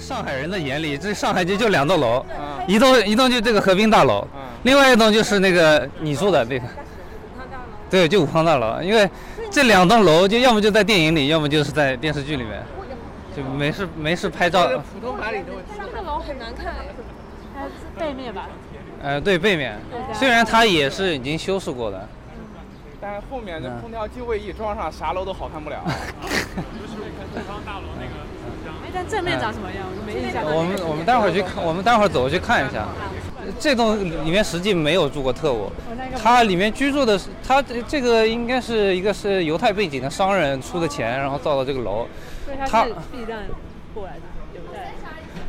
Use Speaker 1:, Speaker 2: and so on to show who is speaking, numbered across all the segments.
Speaker 1: 上海人的眼里，这上海街就两栋楼，一栋一栋就这个河滨大楼，另外一栋就是那个你住的那个，对，就武康大楼。因为这两栋楼就要么就在电影里，要么就是在电视剧里面，就没事没事拍照
Speaker 2: 这。个普通话里头，
Speaker 3: 大楼很难看，
Speaker 4: 它背面吧，
Speaker 1: 呃，对，背面，虽然它也是已经修饰过的，
Speaker 2: 但是后面这空调机位一装上，啥楼都好看不 了。
Speaker 4: 哎，但正面长什么样我都没印象。
Speaker 1: 我们我们待会儿去看，我们待会儿走去看一下。这栋里面实际没有住过特务，它里面居住的是，它这这个应该是一个是犹太背景的商人出的钱，然后造了这个楼。
Speaker 4: 所以
Speaker 1: 他
Speaker 4: 它是避让过来的，留在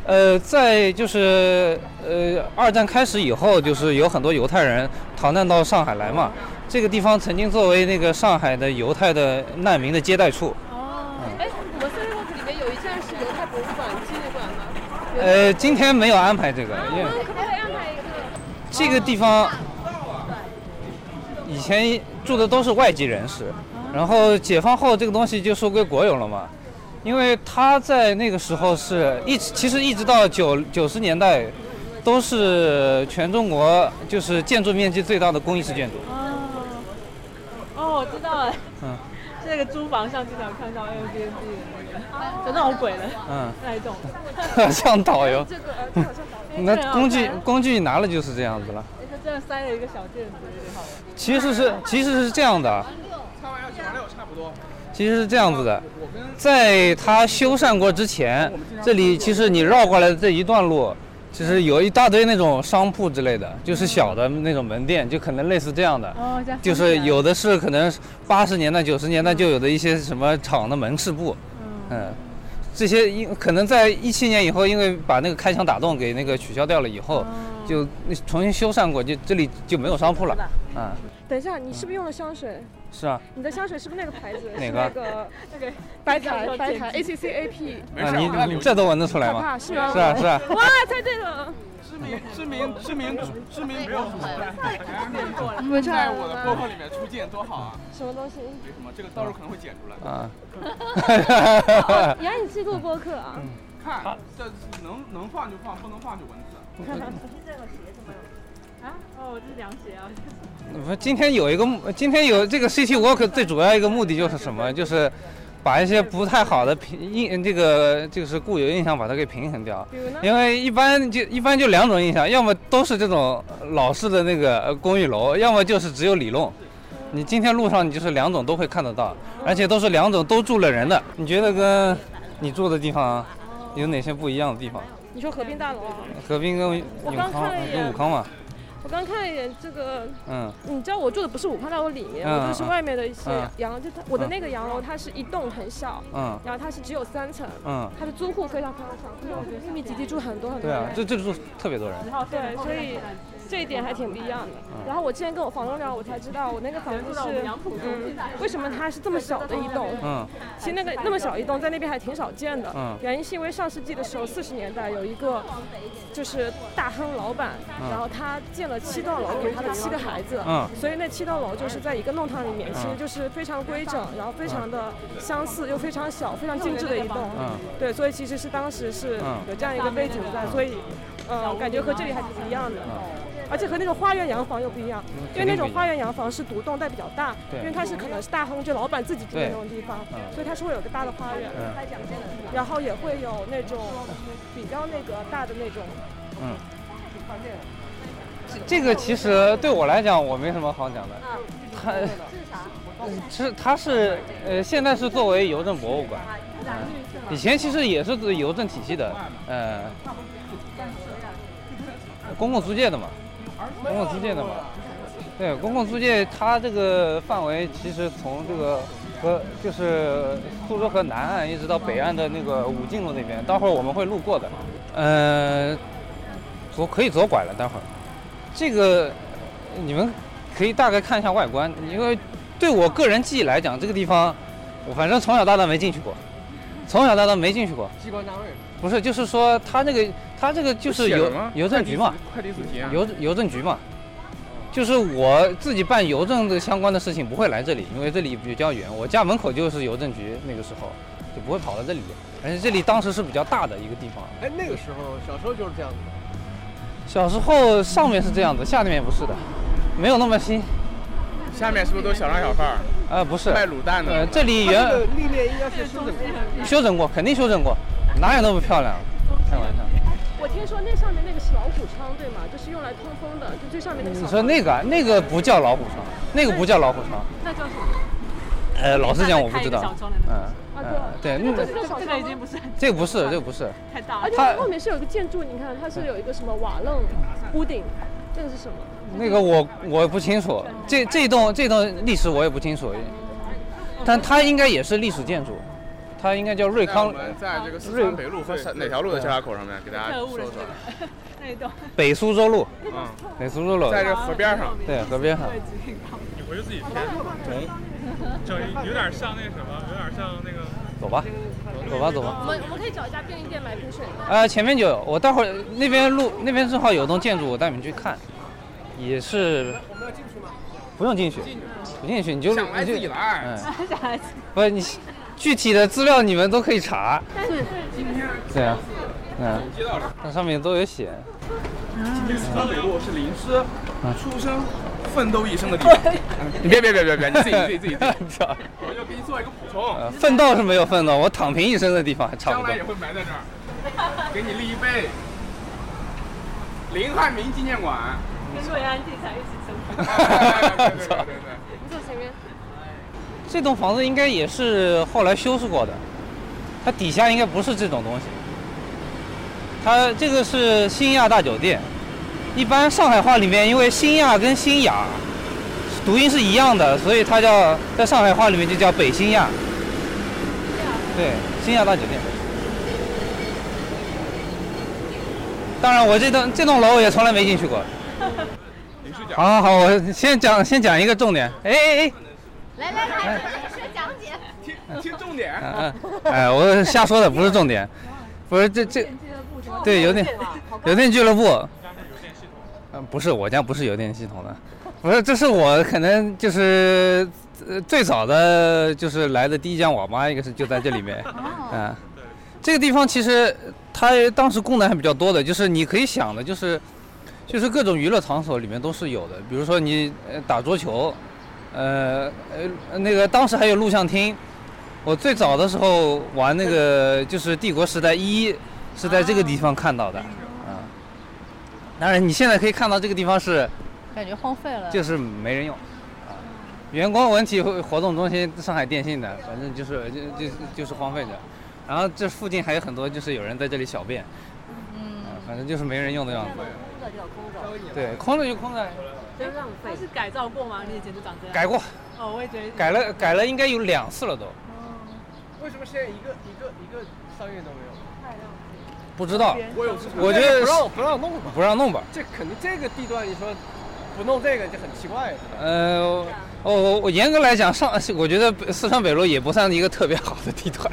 Speaker 1: 呃，在就是呃二战开始以后，就是有很多犹太人逃难到上海来嘛。这个地方曾经作为那个上海的犹太的难民的接待处。
Speaker 4: 哦，
Speaker 3: 哎，我们 City Walk 里面有一站是犹太博物馆、纪念馆吗？
Speaker 1: 呃，今天没有安排这个，因为
Speaker 3: 那
Speaker 4: 哦
Speaker 3: 可不可以安排一个？
Speaker 1: 这个地方以前住的都是外籍人士，然后解放后这个东西就收归国有了嘛。因为他在那个时候是一直，其实一直到九九十年代，都是全中国就是建筑面积最大的公益式建筑。
Speaker 4: 哦，哦，我知道了，
Speaker 1: 嗯
Speaker 4: 是那个租房上经常看到哎 Airbnb 的那个，就那种鬼的
Speaker 1: 嗯，
Speaker 4: 那一种。
Speaker 1: 像导游，
Speaker 3: 这个呃，这好像好像
Speaker 1: 那工具工具拿了就是这样子了。
Speaker 4: 就这样塞了一个小垫子，有点好玩。
Speaker 1: 其实是其实是这样的，
Speaker 2: 差完要九完六差不多。
Speaker 1: 其实是这样子的。
Speaker 2: 我跟
Speaker 1: 在它修缮过之前，这里其实你绕过来的这一段路，其实有一大堆那种商铺之类的，就是小的那种门店，就可能类似这样的。
Speaker 4: 哦，这样
Speaker 1: 就是有的是可能八十年代、九十年代就有的一些什么厂的门市部，
Speaker 4: 嗯，
Speaker 1: 嗯，这些因可能在一七年以后，因为把那个开枪打洞给那个取消掉了以
Speaker 4: 嗯
Speaker 1: 后，
Speaker 4: 哦
Speaker 1: 就重新修缮过，就这里就没有商铺了。嗯，
Speaker 3: 等一下，你是不是用了香水？
Speaker 1: 是啊，
Speaker 3: 你的香水是不是那个牌子？
Speaker 1: 哪
Speaker 3: 是
Speaker 1: 个
Speaker 3: 那个那个白台白台 A C C A P，
Speaker 1: 啊你你这都闻得出来
Speaker 3: 可
Speaker 1: 吗？
Speaker 3: 怕是吗？
Speaker 1: 是啊 是啊，
Speaker 3: 哇，猜对了！
Speaker 2: 知名知名知名知名博主，
Speaker 3: 你们
Speaker 2: 在我的播客里面出镜多好啊！
Speaker 3: 什么东西？
Speaker 2: 为什么？这个到时候可能会剪出来。
Speaker 1: 啊。
Speaker 3: 原来你是录播客啊？
Speaker 1: 嗯
Speaker 2: 看，这能能放就放，不能放就文字。
Speaker 4: 啊，哦，我这是凉鞋啊，
Speaker 1: 不，今天有一个目，今天有这个 City Walk 最主要一个目的就是什么？就是把一些不太好的平印这个就是固有印象把它给平衡掉。
Speaker 3: 比如呢？
Speaker 1: 因为一般就一般就两种印象，要么都是这种老式的那个呃公寓楼，要么就是只有里弄。你今天路上你就是两种都会看得到，而且都是两种都住了人的。你觉得跟你住的地方有哪些不一样的地方？
Speaker 3: 你说河滨大楼啊？
Speaker 1: 河滨跟永
Speaker 3: 我刚
Speaker 1: 康
Speaker 3: 看了一眼
Speaker 1: 跟武康嘛，
Speaker 3: 我刚看了一眼这个，
Speaker 1: 嗯
Speaker 3: 你知道我住的不是武康大楼里面，
Speaker 1: 嗯
Speaker 3: 我住的是外面的一些
Speaker 1: 嗯
Speaker 3: 洋楼，就它我的那个洋楼，它是一栋很小，
Speaker 1: 嗯
Speaker 3: 然后它是只有三层，
Speaker 1: 嗯，
Speaker 3: 它的租户非常非常少，就是秘密基地住很多很多
Speaker 1: 对啊，
Speaker 3: 人。
Speaker 1: 这这住特别多人。
Speaker 4: 哦
Speaker 3: 对，所以这一点还挺不一样的。
Speaker 1: 嗯
Speaker 3: 然后我之前跟我房东聊，我才知道我那个房子是，嗯，为什么它是这么小的一栋？
Speaker 1: 嗯
Speaker 3: 其实那个那么小一栋，在那边还挺少见的。
Speaker 1: 嗯
Speaker 3: 原因是因为上世纪的时候，四十年代有一个就是大亨老板，然后他建了七栋楼给他的七个孩子，
Speaker 1: 嗯
Speaker 3: 所以那七栋楼就是在一个弄堂里面，其实就是非常规整，然后非常的相似又非常小、非常精致的一栋。
Speaker 1: 嗯
Speaker 3: 对，所以其实是当时是
Speaker 1: 嗯
Speaker 3: 有这样一个背景在，所以呃，感觉和这里还挺不一样的。
Speaker 1: 嗯
Speaker 3: 而且和那种花园洋房又不一样，因为那种花园洋房是独栋但比较大，
Speaker 1: 对
Speaker 3: 因为它是可能是大亨就老板自己住的
Speaker 1: 对
Speaker 3: 那种地方
Speaker 1: 嗯，
Speaker 3: 所以它是会有个大的花园，
Speaker 1: 嗯
Speaker 3: 然后也会有那种比较那个大的那种，
Speaker 1: 嗯，这这个其实对我来讲，我没什么好讲的。它是它是呃，现在是作为邮政博物馆，嗯，以前其实也是邮政体系的，呃，公共租界的嘛，公共租界的嘛。对，公共租界它这个范围其实从这个和就是苏州河南岸一直到北岸的那个武进路那边，待会儿我们会路过的。呃，左可以左拐了，待会儿。这个你们可以大概看一下外观，因为对我个人记忆来讲，这个地方我反正从小到大没进去过，从小到大没进去过。
Speaker 2: 机关单位
Speaker 1: 不是，就是说它那个它这个就是邮邮政局嘛，，
Speaker 2: 快递死啊！
Speaker 1: 邮邮政局嘛，就是我自己办邮政的相关的事情不会来这里，因为这里比较远。我家门口就是邮政局，那个时候，就不会跑到这里。而且这里当时是比较大的一个地方。
Speaker 5: 哎，那个时候小时候就是这样子的。
Speaker 1: 小时候上面是这样子，下面不是的，没有那么新。
Speaker 2: 下面是不是都小商小贩儿
Speaker 1: 呃，不是，
Speaker 2: 卖卤蛋
Speaker 1: 呃，
Speaker 2: 的？
Speaker 1: 这里
Speaker 5: 它这
Speaker 1: 原
Speaker 5: 个立面应该是修整过的。
Speaker 1: 修整过，肯定修整过，哪有那么漂亮？开玩笑。
Speaker 3: 我听说那上面那个是老虎仓，对吗？就是用来通风的，就最上面那个
Speaker 1: 你
Speaker 3: 小
Speaker 1: 说那个啊那个不叫老虎床，那个不叫老虎床。
Speaker 4: 那叫什么？
Speaker 1: 呃，老实讲我不知
Speaker 4: 开一
Speaker 1: 道
Speaker 4: 个小窗帘。
Speaker 1: 嗯，呃
Speaker 4: 啊
Speaker 1: 对，那个
Speaker 3: 这个
Speaker 4: 这
Speaker 3: 小窗
Speaker 4: 个
Speaker 3: 吗
Speaker 4: 已经不是很
Speaker 1: 这个不是，这个不是，
Speaker 4: 太大
Speaker 3: 而
Speaker 4: 了
Speaker 3: 且。
Speaker 1: 它
Speaker 3: 它后面是有一个建筑，你看它是有一个什么瓦楞屋顶，这个是什么？
Speaker 1: 那个我我不清楚，这这栋这栋历史我也不清楚，但它应该也是历史建筑，它应该叫瑞
Speaker 2: 那我
Speaker 1: 康
Speaker 2: 们在这个四川北路和哪哪条路的
Speaker 6: 啊
Speaker 2: 交叉口上面给大家
Speaker 4: 特
Speaker 2: 啊说
Speaker 4: 误人
Speaker 2: 说
Speaker 4: 这。个那一栋，
Speaker 1: 北苏州路，
Speaker 2: 嗯，
Speaker 1: 北苏州路，
Speaker 2: 在这河边上，
Speaker 1: 对河边上
Speaker 4: 位置挺高。
Speaker 6: 你回去自己填，整有点像那什么，有点像那个。
Speaker 1: 走吧，走吧走吧。
Speaker 3: 们我们可以找一家便利店买瓶水吗？
Speaker 1: 呃，前面就有，我待会儿那边路那边正好有栋建筑，我带你们去看，也是。不用进去，不进去你就
Speaker 2: 想来
Speaker 1: 你就
Speaker 2: 自己来
Speaker 6: 哎
Speaker 1: 嗯，
Speaker 4: 下来，
Speaker 1: 不是你具体的资料你们都可以查。
Speaker 4: 但是今天
Speaker 1: 对啊，嗯，那上面都有写。
Speaker 2: 今天四川北路是林师
Speaker 1: 嗯
Speaker 2: 出生、奋斗一生的地方。嗯你别别别别别，你自己自己自 己自己，
Speaker 1: 操
Speaker 2: 我就给你做一个补充，
Speaker 6: 嗯
Speaker 1: 呃奋斗是没有奋斗，我躺平一生的地方还差
Speaker 2: 将
Speaker 1: 不
Speaker 2: 来
Speaker 1: 多
Speaker 2: 也。会埋在这儿，给你立一碑。林汉民纪念 馆。哎
Speaker 4: 跟瑞安地产一起生活。
Speaker 2: 对对对对对。
Speaker 3: 你坐前面。
Speaker 1: 这栋房子应该也是后来修饰过的，它底下应该不是这种东西。它这个是新亚大酒店，一般上海话里面因为新亚跟新雅读音是一样的，所以它叫在上海话里面就叫北新亚。对，新亚大酒店。当然，我这栋这栋楼我也从来没进去过。
Speaker 2: 林师讲，
Speaker 1: 好好好，我先讲先讲一个重点。哎哎哎，
Speaker 7: 来来来，说讲解。
Speaker 2: 听听重点。
Speaker 1: 嗯嗯，哎，我瞎说的，不是重点，不是这这，对，邮电邮电俱乐部，嗯，不是我家不是邮电系统的，不是，这是我可能就是呃最早的就是来的第一家网吧，应该是就在这里面，啊，这个地方其实它当时功能还比较多的，就是你可以想的就是。就是各种娱乐场所里面都是有的，比如说你呃打桌球，呃呃那个当时还有录像厅，我最早的时候玩那个就是《帝国时代一》，是在这个地方看到的，啊。当然，你现在可以看到这个地方是
Speaker 7: 感觉荒废了。嗯
Speaker 1: 就是没人用，啊。员工文体活动中心，上海电信的，反正就是就就就是荒废着。然后这附近还有很多就是有人在这里小便，
Speaker 7: 嗯
Speaker 1: 啊，反正就是没人用的样子。
Speaker 7: 空的就要空的。
Speaker 1: 对，空了就空了，
Speaker 4: 真浪费。它是改造过吗？你以前就长这样？
Speaker 1: 改过，
Speaker 4: 哦，我也觉得
Speaker 1: 改了改了，应该有两次了都，
Speaker 5: 为什么现在一个一个一个商业都没有？
Speaker 1: 不知道，
Speaker 5: 我有，
Speaker 1: 我觉得
Speaker 5: 不让不让弄吧。
Speaker 1: 不让弄吧。
Speaker 5: 这肯定这个地段，你说不弄这个就很奇怪了。
Speaker 1: 呃，我我我严格来讲，上我觉得北四川北路也不算一个特别好的地段，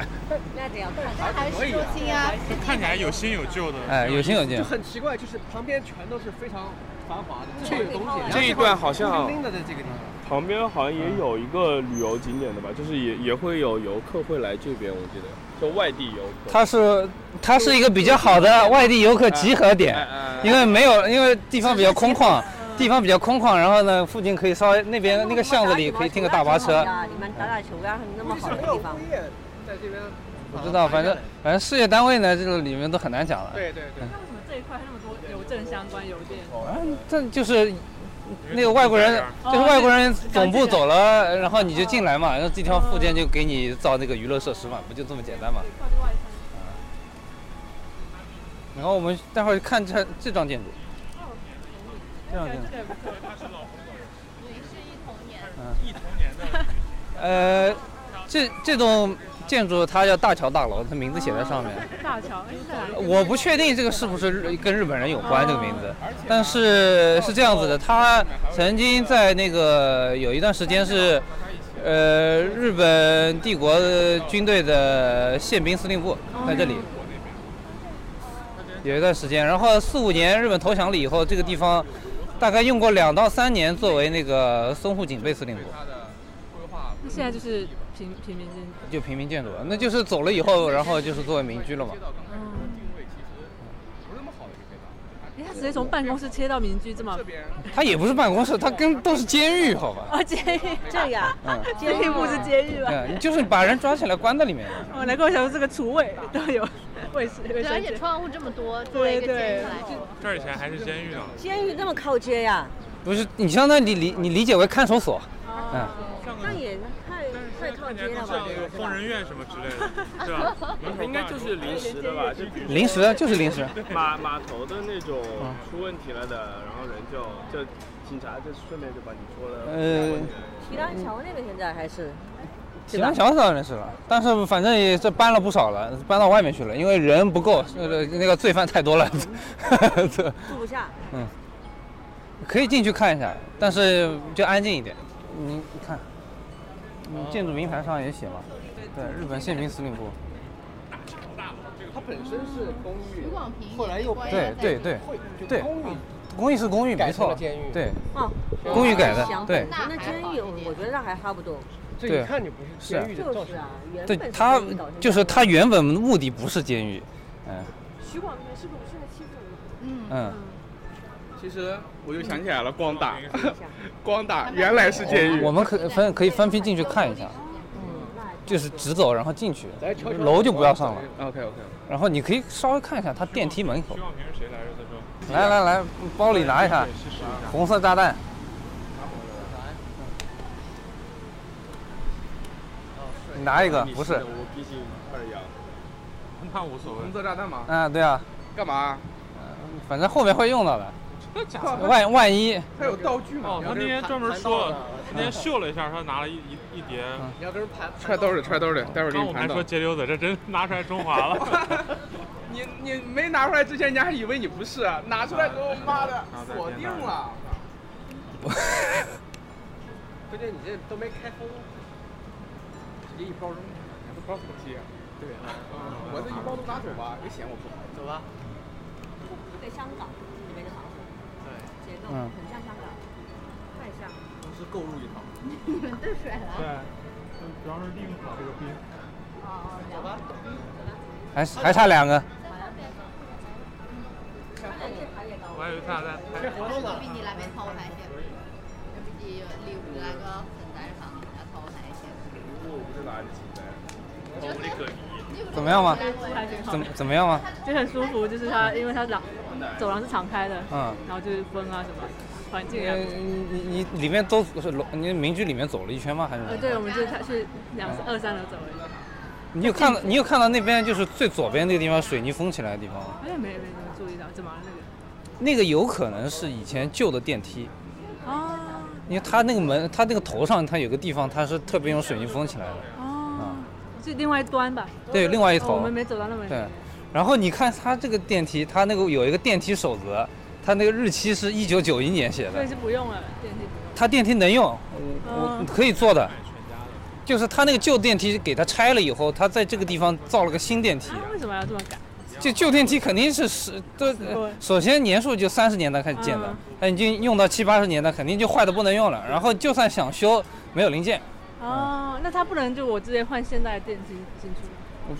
Speaker 7: 那得要看，它还是市中心啊。
Speaker 6: 就看起来有新有旧的。
Speaker 1: 哎，有新有旧
Speaker 5: 哎就。很奇怪，就是旁边全都是非常繁华的这种东西，然后
Speaker 6: 这一段好
Speaker 5: 孤
Speaker 6: 像
Speaker 5: 零零的在这个地方。
Speaker 6: 旁边好像也有一个旅游景点的吧，就是也也会有游客会来这边，我记得就外地游客。
Speaker 1: 它是它是一个比较好的外地游客集合点，
Speaker 2: 哎
Speaker 6: 哎
Speaker 1: 因为没有因为地方比较空旷，地方比较空旷，然后呢附近可以稍微那边那个巷子里可以停个大巴车，
Speaker 7: 你们打打啊球呀，那么好的
Speaker 5: 没有
Speaker 7: 地方
Speaker 5: 物。业在这边，
Speaker 1: 不知道反正反正事业单位呢这个里面都很难讲了。
Speaker 5: 对对对，
Speaker 4: 那为什么这一块那么多邮政相关邮电？
Speaker 1: 嗯，这就是那个外国人，就是外国人总部走了，然后你就进来嘛，然后这条附件就给你造那个娱乐设施嘛，不就这么简单嘛。然后我们待会儿看这这幢建筑，这
Speaker 4: 哎
Speaker 1: 幢建筑，
Speaker 6: 一同年的
Speaker 1: 嗯呃，这这栋建筑它叫大桥大楼，它名字写在上面。
Speaker 4: 大桥，哎，在哪里？
Speaker 1: 我不确定这个是不是日跟日本人有关这个名字，但是是这样子的，他曾经在那个有一段时间是，呃，日本帝国军队的宪兵司令部在这里，有一段时间，然后四五年日本投降了以后，这个地方大概用过两到三年作为那个淞沪警备司令部，
Speaker 4: 现在就是平平民建筑。
Speaker 1: 就平民建筑，那就是走了以后，然后就是作为民居了嘛。
Speaker 4: 哎，他直接从办公室切到民居这么
Speaker 1: 它也不是办公室，它跟都是监狱，好吧？
Speaker 4: 啊，监狱
Speaker 7: 这个啊
Speaker 1: 嗯，
Speaker 4: 监狱不是监狱吧？
Speaker 1: 嗯，就是把人抓起来关在里面的。
Speaker 4: 我哦难怪我想说这个厨 卫都有卫生卫
Speaker 8: 对，而
Speaker 4: 生
Speaker 8: 且
Speaker 4: 间。
Speaker 8: 窗户这么多，作为一个
Speaker 4: 对
Speaker 8: 监狱
Speaker 4: 对
Speaker 8: 来说，
Speaker 9: 这儿以前还是监狱呢，
Speaker 7: 监狱那么靠街呀，
Speaker 1: 不是，你相当于理理你理解为看守所，嗯，
Speaker 9: 像个
Speaker 7: 那也太
Speaker 9: 但是
Speaker 7: 太
Speaker 9: 现在
Speaker 7: 靠
Speaker 9: 看起来
Speaker 7: 街了吧
Speaker 9: 更像？有疯人院什么之类 的，是吧？门口
Speaker 6: 应该
Speaker 9: 挂
Speaker 6: 就
Speaker 9: 着
Speaker 6: 是临时的吧，就
Speaker 1: 临时啊就是临时。
Speaker 6: 码码头的那种
Speaker 1: 嗯
Speaker 6: 出问题了的，然后人就就警察就顺便就把你拖了。
Speaker 1: 呃
Speaker 7: 提篮桥那个现在还是
Speaker 1: 喜欢小早认识了，但是反正也是搬了不少了，搬到外面去了，因为人不够，呃，那个罪犯太多了。 这
Speaker 7: 住不下，
Speaker 1: 可以进去看一下，但是就安静一点。你你看，你建筑名牌上也写嘛，对，日本宪兵司令部。
Speaker 5: 它本身是公寓
Speaker 8: 卢，广平
Speaker 5: 后来又
Speaker 8: 关
Speaker 1: 对
Speaker 8: 押在
Speaker 1: 对
Speaker 8: 这
Speaker 1: 对
Speaker 5: 会就
Speaker 1: 对
Speaker 5: 公寓
Speaker 1: 公寓是公寓，
Speaker 5: 改
Speaker 1: 没
Speaker 5: 成
Speaker 1: 错
Speaker 5: 了。监狱
Speaker 1: 对，
Speaker 7: 哦，
Speaker 1: 公寓改的
Speaker 7: 想，
Speaker 1: 对
Speaker 8: 那
Speaker 7: 那
Speaker 8: 还
Speaker 7: 监
Speaker 8: 好
Speaker 7: 狱
Speaker 8: 一点
Speaker 7: 我觉得那还差不多，
Speaker 5: 这
Speaker 1: 对
Speaker 5: 一看就不是监狱的造
Speaker 7: 就是
Speaker 5: 型。
Speaker 7: 啊，原
Speaker 1: 对
Speaker 7: 本，
Speaker 1: 它
Speaker 7: 是搞成
Speaker 1: 就是
Speaker 7: 这样
Speaker 1: 它原本目的不是监狱，嗯
Speaker 3: 徐广平是不是来欺负我们？
Speaker 1: 嗯，
Speaker 8: 嗯，
Speaker 2: 其实我又想起来了，光 大，
Speaker 7: 一下
Speaker 2: 光大原来是监狱
Speaker 1: 我。们可分可以分批进去看一下，嗯就是直走然后进去，楼就不要上了。
Speaker 2: OK OK，
Speaker 1: 然后你可以稍微看一下它电梯门口
Speaker 9: 徐。广平是谁来着？他说
Speaker 1: 来来来，包里拿一下
Speaker 9: 对，是是
Speaker 1: 红色炸弹。你拿一
Speaker 6: 啊
Speaker 1: 个，不是？
Speaker 6: 我毕竟二幺。
Speaker 9: 红怕无所谓
Speaker 2: 红。色炸弹吗？
Speaker 1: 嗯，对啊，嗯
Speaker 2: 干 嘛？
Speaker 1: 反正后面会用到的，
Speaker 9: 真的假的？
Speaker 1: 万万一。
Speaker 2: 它有道具
Speaker 9: 哦，
Speaker 2: 吗？
Speaker 9: 他那天专门说了，他那天秀了一下，他拿了一一一叠。
Speaker 5: 你要跟人盘
Speaker 2: 揣兜里，揣兜里，待会儿给
Speaker 9: 啊刚我
Speaker 2: 你
Speaker 9: 们还
Speaker 2: 盘到
Speaker 9: 说。节流子，这真拿出来中华了。
Speaker 2: 你你没拿出来之前，人家还以为你不是，啊拿出来之后，妈的，锁定了。
Speaker 5: 关键你这都没开封，
Speaker 2: 直接一包扔，都不知道怎么接。对啊我这一包都拿走吧，也显我不好。
Speaker 5: 走吧。
Speaker 7: 对香港里面的房子
Speaker 5: 对，
Speaker 7: 结构
Speaker 1: 嗯
Speaker 7: 很像香港，太像了。
Speaker 5: 我是购入一套。
Speaker 8: 你们都甩了，
Speaker 9: 主要是利用好这个兵。
Speaker 1: 还还差两个，
Speaker 9: 我还以为他在拍。
Speaker 8: 我比你那边头还些，我比你离我们那个承载的房子要头还些。
Speaker 6: 我不是拿着几单，我的个你。
Speaker 1: 怎么样嘛？
Speaker 4: 还挺好
Speaker 1: 怎么，怎么样嘛？
Speaker 4: 就很舒服，就是它，因为它廊走廊是敞开的，
Speaker 1: 嗯，
Speaker 4: 然后就是风啊什么，环境啊。
Speaker 1: 嗯你你你里面都是楼，你民居里面走了一圈吗？还是？
Speaker 4: 呃，对，我们就它去两二三楼走了一下，
Speaker 1: 你有看到你有看到那边就是最左边那个地方水泥封起来的地方吗？
Speaker 4: 好像哎没没怎么注意到，怎么了那个？
Speaker 1: 那个有可能是以前旧的电梯，
Speaker 4: 哦
Speaker 1: 因为它那个门，它那个头上它有个地方它是特别用水泥封起来的，
Speaker 4: 哦，是另外一端吧？
Speaker 1: 对，另啊外一
Speaker 4: 哦，我
Speaker 1: 头
Speaker 4: 们，没走到那么
Speaker 1: 对
Speaker 4: 远。。
Speaker 1: 然后你看它这个电梯，它那个有一个电梯守则，它那个日期是一九九一年写
Speaker 4: 所
Speaker 1: 的
Speaker 4: 以，是不用了，电梯不用。
Speaker 1: 它电梯能用，我我
Speaker 4: 嗯
Speaker 1: 可以做的，就是它那个旧电梯给它拆了以后，它在这个地方造了个新电梯，
Speaker 4: 啊，为什么要这么改？
Speaker 1: 就旧电梯肯定是十都
Speaker 4: 过，
Speaker 1: 首先年数就三十年代开始建的
Speaker 4: 嗯，
Speaker 1: 那已经用到七八十年代，肯定就坏的不能用了。然后就算想修，没有零件，啊
Speaker 4: 哦，那它不能就我直接换现代的电梯进去吗？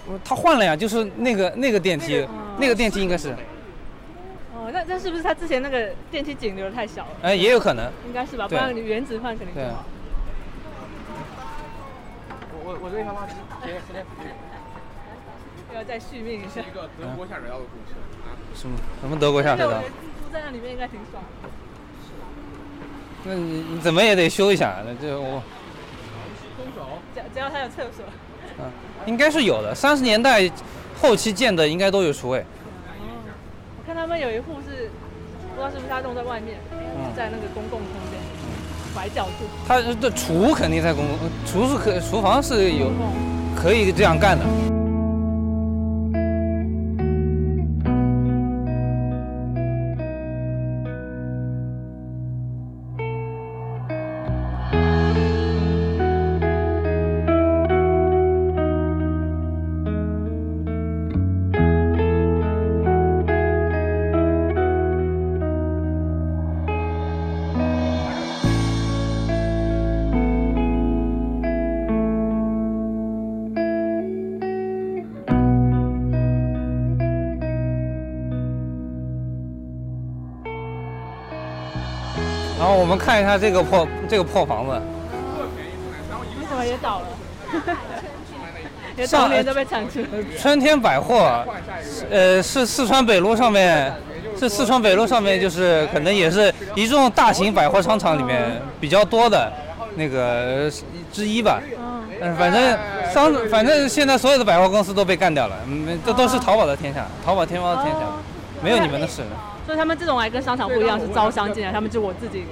Speaker 1: 我他换了呀，就是那个那个哦电梯，那个电梯应该是，
Speaker 4: 哦，那那是不是它之前那个电梯井留的太小了？
Speaker 1: 哎，也有可能，
Speaker 4: 应该是吧，不
Speaker 1: 对
Speaker 4: 然你原址换肯定
Speaker 1: 对啊
Speaker 4: 更好。
Speaker 5: 我我我扔一下垃圾，给给给。
Speaker 4: 不要再续命一
Speaker 2: 是。
Speaker 4: 下
Speaker 2: 一个德国下水道的故事啊，
Speaker 1: 什么什么德国下水
Speaker 4: 对，我
Speaker 1: 道
Speaker 4: 觉得，住在那里面应该挺爽的。
Speaker 1: 那你你怎么也得修一下，那哦这我
Speaker 4: 只要只要它有厕所。
Speaker 1: 嗯，应该是有的。三十年代后期建的应该都有厨卫，
Speaker 4: 哦我看他们有一户是，不知道是不是他弄在外面，
Speaker 1: 嗯
Speaker 4: 就在那个公共空间，拐角处。
Speaker 1: 他的厨肯定在公共，厨是可厨房是有
Speaker 4: 公共
Speaker 1: 可以这样干的。
Speaker 2: 我
Speaker 1: 然后我们看一下这个破这个破房子，
Speaker 4: 你怎么也 倒了？也
Speaker 1: 上呃
Speaker 4: 当年都被铲除。
Speaker 1: 春天百货，呃，是四川北路上面，是四川北路上面，就是可能也是一众大型百货商场里面比较多的那个之一吧。
Speaker 4: 嗯，
Speaker 1: 嗯，反正商，反正现在所有的百货公司都被干掉了，嗯，这都是淘宝的天下，淘宝、天猫的天下，没有你们的事了。
Speaker 4: 所以他们这种还跟商场不一样，是招商进来，他们就我自己，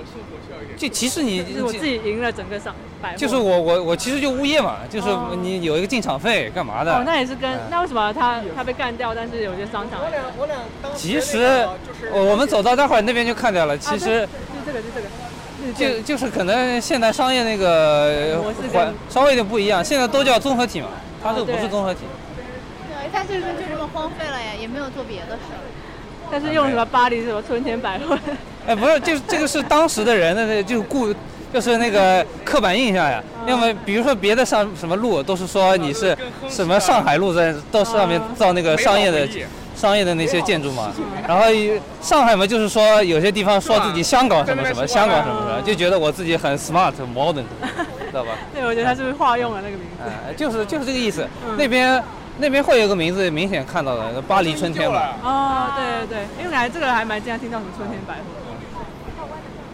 Speaker 1: 就其实你
Speaker 4: 就是我自己赢了整个商百货。
Speaker 1: 就是我我我其实就物业嘛，就是
Speaker 4: 哦
Speaker 1: 你有一个进场费干嘛的？
Speaker 4: 哦，那也是跟
Speaker 1: 嗯
Speaker 4: 那为什么他他被干掉，但是有些商场
Speaker 5: 我俩我俩当时
Speaker 1: 其
Speaker 5: 那
Speaker 1: 实
Speaker 5: 个就是
Speaker 1: 我我们走到待会儿那边就看掉了，其实
Speaker 4: 啊就是这个就是这个，
Speaker 1: 就就是可能现代商业那个
Speaker 4: 模式跟
Speaker 1: 环稍微有点不一样，现在都叫综合体嘛，它这个
Speaker 4: 哦
Speaker 1: 不是
Speaker 4: 对
Speaker 1: 综合体，
Speaker 8: 对，他就是就这么荒废了呀，也没有做别的事儿。
Speaker 4: 但是用什么巴黎什么春天百货，
Speaker 1: 哎，不是，就是这个是当时的人的那就是固。就是那个刻板印象呀，要么比如说别的上什么路都是说你是什么上海路在到上面造那个商业的商业的那些建筑嘛，然后一上海嘛就是说有些地方说自己香港什么什么香港什么什么，就觉得我自己很 smart 很 modern，知道吧？
Speaker 4: 对，我觉得他是不是化用了那个名字？
Speaker 1: 哎，就是就是这个意思。那边那边会有个名字明显看到的，巴黎春天
Speaker 2: 啊
Speaker 1: 嘛。
Speaker 3: 啊
Speaker 4: 哦，对对对，因为感觉这个还蛮经常听到什么春天百货，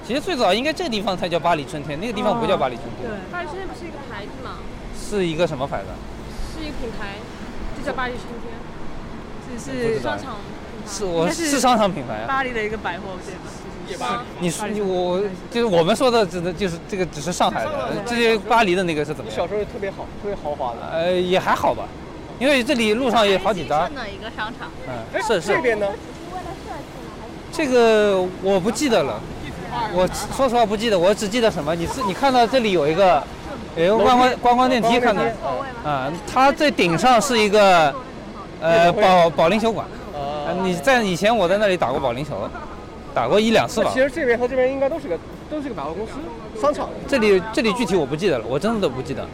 Speaker 1: 其实最早应该这个地方才叫巴黎春天，那个地方不叫巴黎春天，
Speaker 4: 对，
Speaker 3: 巴黎春天不是一个牌子吗？
Speaker 1: 是一个什么牌子？
Speaker 3: 是一个品牌，就叫巴黎春天。
Speaker 1: 不
Speaker 4: 是
Speaker 1: 知
Speaker 4: 是
Speaker 1: 道
Speaker 3: 商场
Speaker 1: 是我
Speaker 4: 应该是
Speaker 1: 是商场品牌啊。
Speaker 4: 巴黎的一个百货，我记得是吧？
Speaker 1: 你说你我就是我们说的，只能就是这个只是上海的，这些巴黎的那个是怎么
Speaker 5: 小
Speaker 1: 样？
Speaker 5: 时候特别好，特别豪华的。
Speaker 1: 呃，也还好吧，因为这里路上也好几家
Speaker 8: 还是新。的一个商场，
Speaker 1: 嗯，是
Speaker 5: 这
Speaker 1: 是，
Speaker 5: 边呢？
Speaker 1: 这个我不记得了，我说实话不记得，我只记得什么？你是你看到这里有一个有一个观光观光电梯，看到啊，它最顶上是一个呃保保龄球馆，
Speaker 5: 啊，
Speaker 1: 啊你在以前我在那里打过保龄球，打过一两次
Speaker 5: 那
Speaker 1: 吧
Speaker 5: 其。实这边和这边应该都是个都是个百货公司商场。
Speaker 1: 这里这里具体我不记得了，我真的都不记得。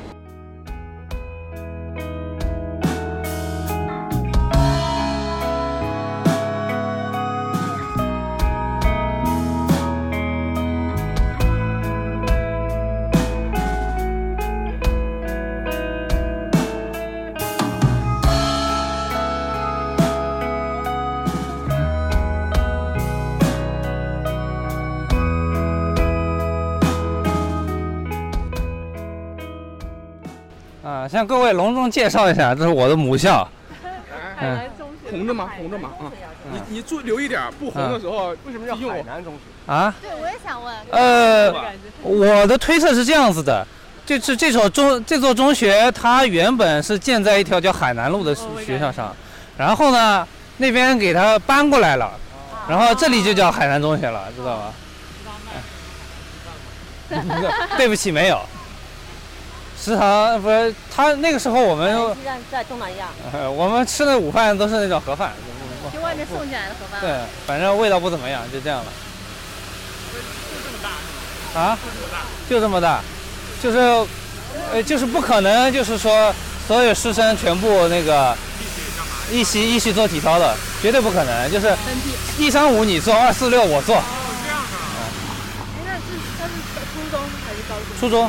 Speaker 1: 啊，向各位隆重介绍一下，这是我的母校。
Speaker 4: 海南中学
Speaker 2: 红着吗？红着吗？啊，嗯你你注留一点儿，不红的时候为什么要用我？
Speaker 5: 哎南中学？
Speaker 1: 啊，
Speaker 8: 对我也想问，
Speaker 1: 呃
Speaker 4: 的，感觉，
Speaker 1: 我的推测是这样子的，就是这所中这座中学，它原本是建在一条叫海南路的
Speaker 4: 哦我也
Speaker 1: 学校上，然后呢，那边给它搬过来了，然后这里就叫海南中学了，知道吧？ 对不起，没有。食堂不是他那个时候我们
Speaker 7: 鸡蛋在东南亚，
Speaker 1: 呃 我们吃的午饭都是那种盒 饭，
Speaker 8: 就外面送进来的盒饭，啊
Speaker 1: 对，反正味道不怎么样，就这样了。啊？就这么大，就是，呃，就是不可能，就是说所有师生全部那个一起一起做体操的，绝对不可能。就是一三五你做，二四六我做。
Speaker 8: 哎
Speaker 1: 初中，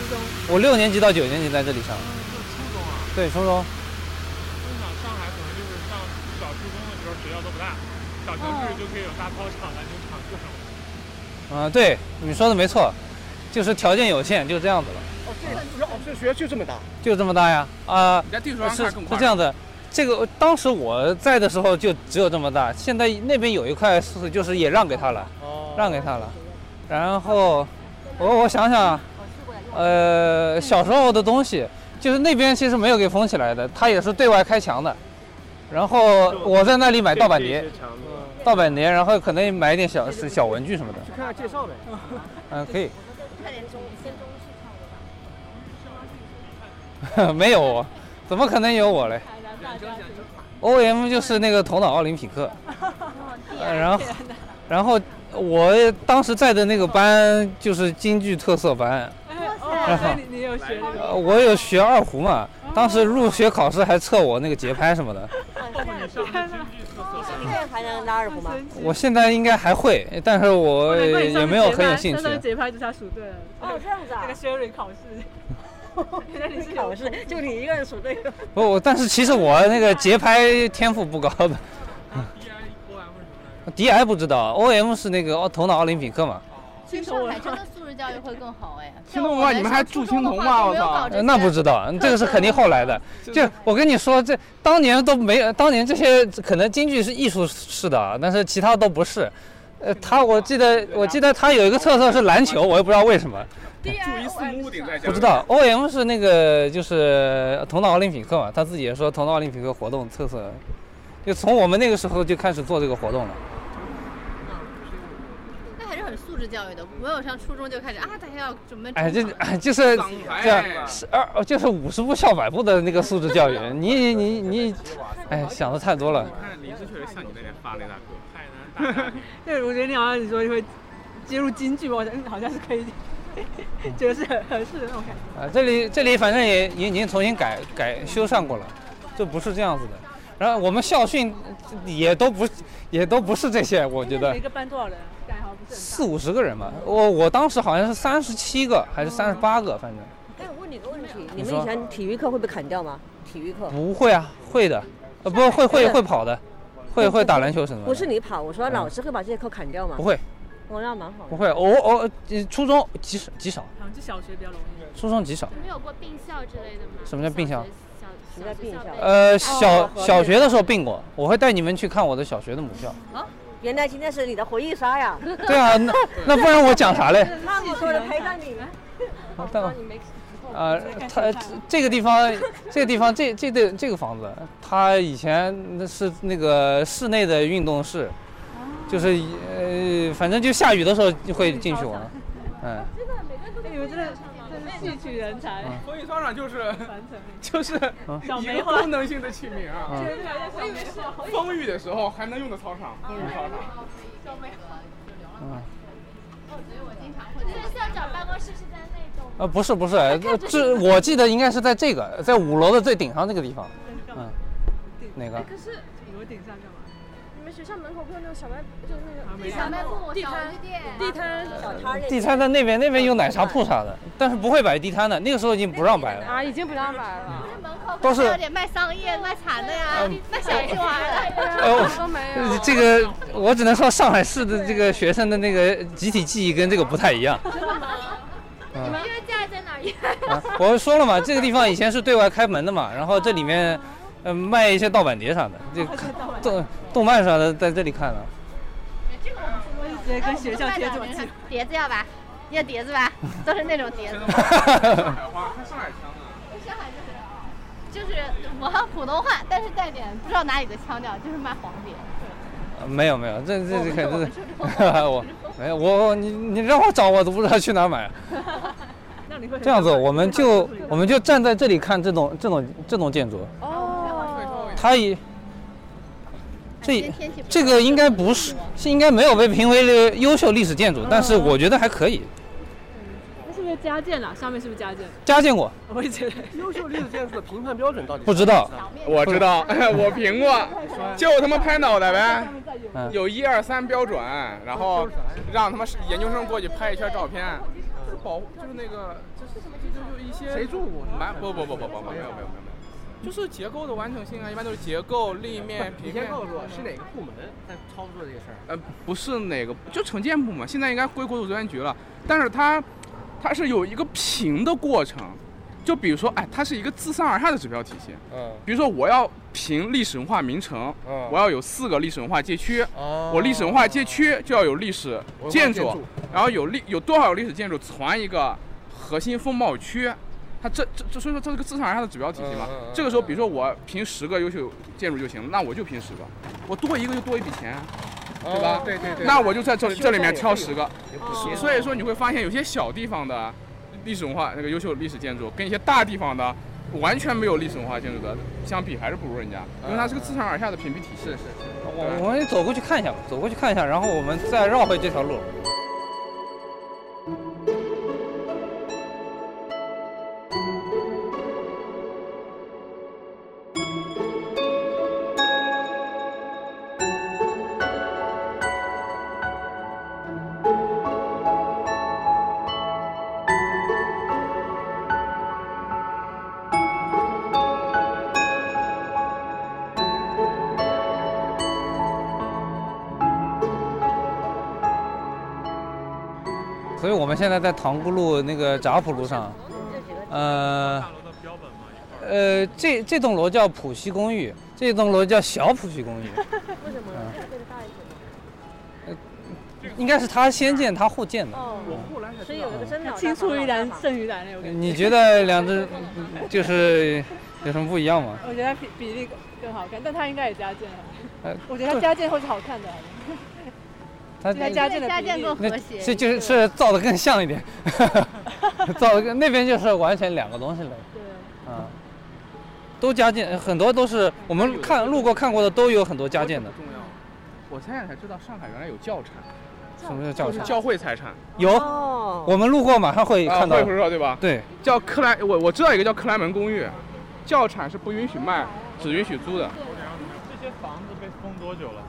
Speaker 1: 我六年级到九年级在这里上。对，初中。啊
Speaker 9: 你想上海可能就是上小初中的时候学校都不大，小城市就可以有大操场、篮球场各种。
Speaker 1: 啊、对，你说的没错，就是条件有限，就这样子了，
Speaker 5: 哦，这不是哦，这学校就这么大。
Speaker 1: 就这么大呀。啊、
Speaker 2: 你哎在地图
Speaker 1: 呃
Speaker 2: 上
Speaker 1: 是
Speaker 2: 看
Speaker 1: 是
Speaker 2: 更快。
Speaker 1: 这样的，这个当时我在的时候就只有这么大，现在那边有一块是就是也让给他了，
Speaker 5: 哦
Speaker 1: 让给他了。然后我我想想，呃，小时候的东西，就是那边其实没有给封起来的，它也是对外开墙的。然后我在那里买盗版碟，盗版碟，然后可能买一点小小文具什么的。
Speaker 5: 嗯去看看介绍呗。
Speaker 1: 嗯，可以。
Speaker 7: 快点中先中式
Speaker 1: 没有我，怎么可能有我嘞
Speaker 4: 海南大家庭，
Speaker 1: ？O M 就是那个头脑奥林匹克。呃然后，然后我当时在的那个班就是京剧特色班，
Speaker 4: 哎哦，所以你你有学那个，
Speaker 1: 呃，我有学二胡嘛，当时入学考试还测我那个节拍什么的，
Speaker 9: 后面上的京剧特色
Speaker 7: 哦
Speaker 9: 班，
Speaker 7: 现在还能拉二胡吗？
Speaker 1: 我现在应该还会，但是我
Speaker 4: 难怪你上
Speaker 1: 也
Speaker 4: 次
Speaker 1: 没有很
Speaker 4: 节
Speaker 1: 有
Speaker 4: 拍
Speaker 1: 兴趣啊
Speaker 4: 上。次节拍吉他数对了，
Speaker 7: 哦，这样子
Speaker 4: 那
Speaker 7: 啊
Speaker 4: 个。Sherry 考试， 原来你是有
Speaker 7: 考试就你一个人数这个，
Speaker 1: 不，我但是其实我那个节拍天赋不高的
Speaker 9: D I O M
Speaker 1: ，DI
Speaker 9: 什么来着？
Speaker 1: 不知道，OM 是那个哦头脑奥林匹克嘛，
Speaker 4: 新
Speaker 8: 去
Speaker 4: 手
Speaker 8: 上
Speaker 4: 文
Speaker 8: 海真的素质教育会更好哎。
Speaker 5: 青铜文化你们还住青铜吗我操
Speaker 1: 呃那不知道，这个是肯定后来的。 就我跟你说，这当年都没，当年这些可能京剧是艺术式的啊，但是其他都不是。呃，他我记得我记得他有一个特色是篮球，我也不知道为什么，
Speaker 6: 注意四目顶在家。
Speaker 1: 不知道。O M 是那个就是头脑奥林匹克嘛，他自己也说头脑奥林匹克活动特色，就从我们那个时候就开始做这个活动了。
Speaker 8: 那还是很素质教育的，没有上初中就开始啊，大家要准备中考。
Speaker 1: 哎，这哎就是这样，是二就是五十步笑百步的那个素质教 育，你你你，哎，想的太多了。
Speaker 2: 看林志确实像你那天发那大哥，
Speaker 9: 海南大家庭，
Speaker 4: 对，我觉得你好像你说你会接入京剧，我想嗯好像是可以，
Speaker 1: 嗯
Speaker 4: 觉得是很合适的那种感觉。
Speaker 1: 啊，这里这里反正也也已经重新改改修缮过了，就不是这样子的。然后我们校训也都不也都不是这些，我觉
Speaker 4: 那你
Speaker 1: 得
Speaker 4: 们一个班多少人？感觉好像不是很
Speaker 1: 四五十个人吧，我我当时好像是三十七个还是三十八个，反正
Speaker 7: 哎，我问你个问题，你
Speaker 1: 你
Speaker 7: 们
Speaker 1: 说
Speaker 7: 以前体育课会被砍掉吗？体育课
Speaker 1: 不会啊，会的，呃不会会会跑的，会会打篮球什么的，
Speaker 7: 不是你跑，我说
Speaker 1: 嗯
Speaker 7: 老师会把这些课砍掉吗
Speaker 1: 不？会
Speaker 7: 哦，那蛮好
Speaker 1: 不
Speaker 7: 的。
Speaker 1: 会，偶偶呃初中极少极少，
Speaker 4: 好像就小学比较容易。
Speaker 1: 初中极少。
Speaker 10: 没有过并校之类的吗？
Speaker 1: 什么叫并校
Speaker 10: 小学？小
Speaker 7: 什么叫并校
Speaker 10: 小学被
Speaker 1: 呃，小
Speaker 7: 哦我
Speaker 1: 小学的时候并过，我会带你们去看我的小学的母校。
Speaker 7: 原来今天是你的回忆杀呀！
Speaker 1: 对啊，那那不然我讲啥嘞？
Speaker 7: 那我说的陪着你，
Speaker 1: 但
Speaker 10: 那哦你没哦
Speaker 1: 呃，它这个地方，这个地方，这这这这个房子，它以前是那个室内的运动室，
Speaker 10: 哦
Speaker 1: 就是呃，反正就下雨的时候就会进去玩儿， 嗯，
Speaker 4: 哎你们真的真的戏曲人才，
Speaker 1: 嗯
Speaker 2: 所以双长就是
Speaker 4: 传承 力
Speaker 2: 就是
Speaker 1: 啊
Speaker 4: 小
Speaker 2: 一
Speaker 4: 梅
Speaker 2: 个
Speaker 4: 花。
Speaker 2: 功能性的起名啊，
Speaker 1: 嗯
Speaker 4: 我以为是
Speaker 2: 风雨的时候还能用的操场，风雨操场。
Speaker 1: 嗯，
Speaker 10: 就是校长办公室是在那栋吗。
Speaker 1: 啊，不 是不是，呃这我记得应该是在这个，在五楼的最顶上这个地方，嗯，哪
Speaker 10: 哎
Speaker 1: 个？
Speaker 4: 你们顶上干嘛？
Speaker 3: 你们学校门口会有那种小卖，就是那种
Speaker 8: 小卖部、小
Speaker 3: 摊
Speaker 8: 吃店，
Speaker 3: 地摊小
Speaker 7: 小 摊儿
Speaker 1: 地摊在那边，那边有奶茶铺啥
Speaker 10: 嗯
Speaker 1: 的，但是不会摆地摊的，那个时候已经不让摆了。
Speaker 3: 啊，已经不让买了。
Speaker 8: 门口
Speaker 1: 都
Speaker 10: 哦
Speaker 1: 是
Speaker 8: 有点卖桑叶、卖蚕的呀
Speaker 1: 嗯，
Speaker 8: 卖小鸡
Speaker 4: 啊
Speaker 8: 娃的。
Speaker 1: 哎
Speaker 3: 都没有
Speaker 1: 呃，这个我只能说上海市的这个学生的那个集体记忆跟这个不太一样。
Speaker 10: 你
Speaker 1: 嗯
Speaker 10: 们这个架在哪儿呀？
Speaker 1: 啊，我说了嘛，这个地方以前是对外开门的嘛，然后这里面，呃，卖一些盗版碟啥的，这个动动漫啥的在这里看了。
Speaker 4: 我就直接跟学校贴这么近。
Speaker 8: 碟子要吧，要碟子吧，都是那种碟子。
Speaker 2: 上海话，看上海腔啊。
Speaker 8: 上海就是就是武汉普通话，但是带点不知道哪里的腔调，就是卖黄碟。
Speaker 1: 呃没有没有，这这这看这，
Speaker 8: 我们这
Speaker 1: 这 我没有我你你让我找我都不知道去哪买。啊
Speaker 4: 那你会
Speaker 1: 这样子，我们就我们就站在这里看这种这种这种建筑，
Speaker 3: 哦，
Speaker 1: 它也
Speaker 8: 今
Speaker 1: 这
Speaker 8: 天天气不
Speaker 1: 这
Speaker 8: 好
Speaker 1: 个应该不是，是应该没有被评为了优秀历史建筑，但是我觉得还可以。
Speaker 4: 嗯那是不是加建了？上面是不是加建？
Speaker 1: 嘉建过，
Speaker 4: 我也觉得。
Speaker 5: 优秀历史建筑的评判标准到底
Speaker 1: 不知道，
Speaker 5: 啊
Speaker 2: 我知道， 我评过，就他妈拍脑袋呗，
Speaker 1: 嗯
Speaker 2: 有一二三标准，然后让他妈研究生过去拍一圈照片，就是保护，就是那个，就是就就一些
Speaker 5: 谁住过
Speaker 2: 蛮不不不不不不没有没有没有没有，就是结构的完整性啊，一般都是结构、立面、
Speaker 5: 你
Speaker 2: 平面
Speaker 5: 先。告诉我是哪个部门在操作这个事儿？
Speaker 2: 呃，不是哪个，就城建部嘛，现在应该归国土资源局了。但是它，它是有一个评的过程，就比如说，哎，它是一个自上而下的指标体系。
Speaker 5: 嗯
Speaker 2: 比如说，我要评历史文化名城，
Speaker 5: 嗯
Speaker 2: 我要有四个历史文化街区，
Speaker 5: 哦
Speaker 2: 我历史文化街区就要有历史
Speaker 5: 文化
Speaker 2: 建
Speaker 5: 建
Speaker 2: 筑，
Speaker 5: 筑
Speaker 2: 然后有历有多少历史建筑传一个核心风貌区。它这这这所以说这是个自上而下的指标体系嘛。
Speaker 5: 嗯嗯嗯
Speaker 2: 这个时候，比如说我评十个优秀建筑就行了，那我就评十个，我多一个就多一笔钱。啊对吧
Speaker 5: 哦对对对。
Speaker 2: 那我就在这里
Speaker 5: 修
Speaker 2: 这里面
Speaker 5: 缮也会
Speaker 2: 挑
Speaker 5: 有
Speaker 2: 十个，
Speaker 5: 也不行
Speaker 2: 所以说你会发现有些小地方的历史文化那个优秀历史建筑，跟一些大地方的完全没有历史文化建筑的相比，还是不如人家，因为它是个自上而下的评比体系。嗯是是，
Speaker 1: 我我们走过去看一下吧，走过去看一下，然后我们再绕回这条路。所以我们现在在塘沽路那个闸浦路上，呃，呃，这这栋楼叫浦西公寓，这栋楼叫小浦西公寓，
Speaker 3: 为什么
Speaker 1: 嗯
Speaker 3: 这个大一
Speaker 1: 应该是他先建他后建的。
Speaker 7: 后来所以有一个真 的嗯
Speaker 4: 青出于 蓝胜于蓝那种感
Speaker 1: 你觉得两只就是有什么不一样吗？
Speaker 4: 我觉得比比例更好看，但它应该也加建了。
Speaker 1: 呃，
Speaker 4: 我觉得它加建会是好看的，
Speaker 1: 他
Speaker 4: 它加建的
Speaker 10: 加建
Speaker 4: 比
Speaker 10: 更
Speaker 4: 例
Speaker 10: 和谐。
Speaker 1: 这就是是造的更像一点，造的更那边就是完全两个东西了。对，啊，都加建，很多都是我们看路过看过的都有很多加建的。
Speaker 2: 重要。我现在才知道上海原来有教产，
Speaker 1: 什么叫教
Speaker 2: 就是
Speaker 1: 产？
Speaker 2: 教会财产，
Speaker 1: 有，
Speaker 7: 哦
Speaker 1: 我们路过马上会
Speaker 2: 啊
Speaker 1: 看到。
Speaker 2: 会会说对吧？
Speaker 1: 对，
Speaker 2: 叫克莱，我我知道一个叫克莱门公寓，教产是不允许卖，只允许租的。
Speaker 9: 这些房子被封多久了？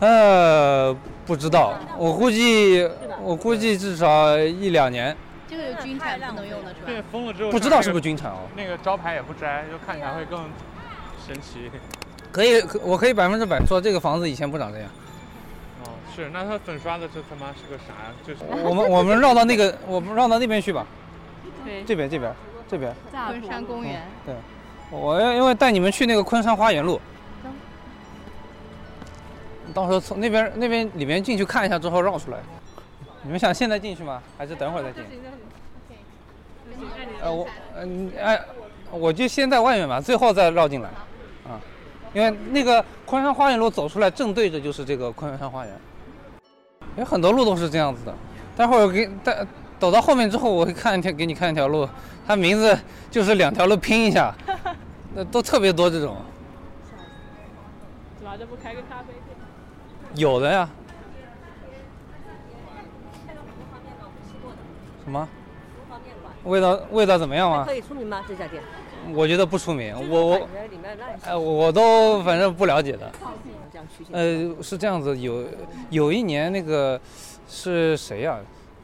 Speaker 1: 呃，不知道，我估计我估计至少一两年，
Speaker 8: 这个有军产不能用的是吧？
Speaker 9: 对，封了之后
Speaker 1: 不知道是不是军产哦。
Speaker 9: 那个招牌也不摘，就看起来会更神奇。
Speaker 1: 可以，可我可以百分之百说这个房子以前不长这样。
Speaker 9: 哦，是，那它粉刷的这他妈是个啥呀？就是
Speaker 1: 我们我们绕到那个，我们绕到那边去吧，
Speaker 4: 对，
Speaker 1: 这边这边这边。
Speaker 8: 昆山公园，
Speaker 1: 对，我要因为带你们去那个昆山花园路，到时候从那边那边里面进去看一下之后绕出来。你们想现在进去吗？还是等会儿再进？呃，我呃你哎，我就先在外面吧，最后再绕进来，啊，因为那个昆山花园路走出来正对着就是这个昆山花园，有很多路都是这样子的。待会儿我给待走到后面之后，我会看一条给你看一条路，它名字就是两条路拼一下，那都特别多这种，
Speaker 4: 啊主要就不开个咖啡店。
Speaker 1: 有的呀。什么？味道味道怎么样
Speaker 7: 还
Speaker 1: 吗
Speaker 7: 可？以出名吗？这家店？
Speaker 1: 我觉得不出名，我我
Speaker 7: 感觉里面烂
Speaker 1: 哎，我我都反正不了解的。
Speaker 7: 这样取景。
Speaker 1: 呃，是这样子，有有一年那个是谁呀、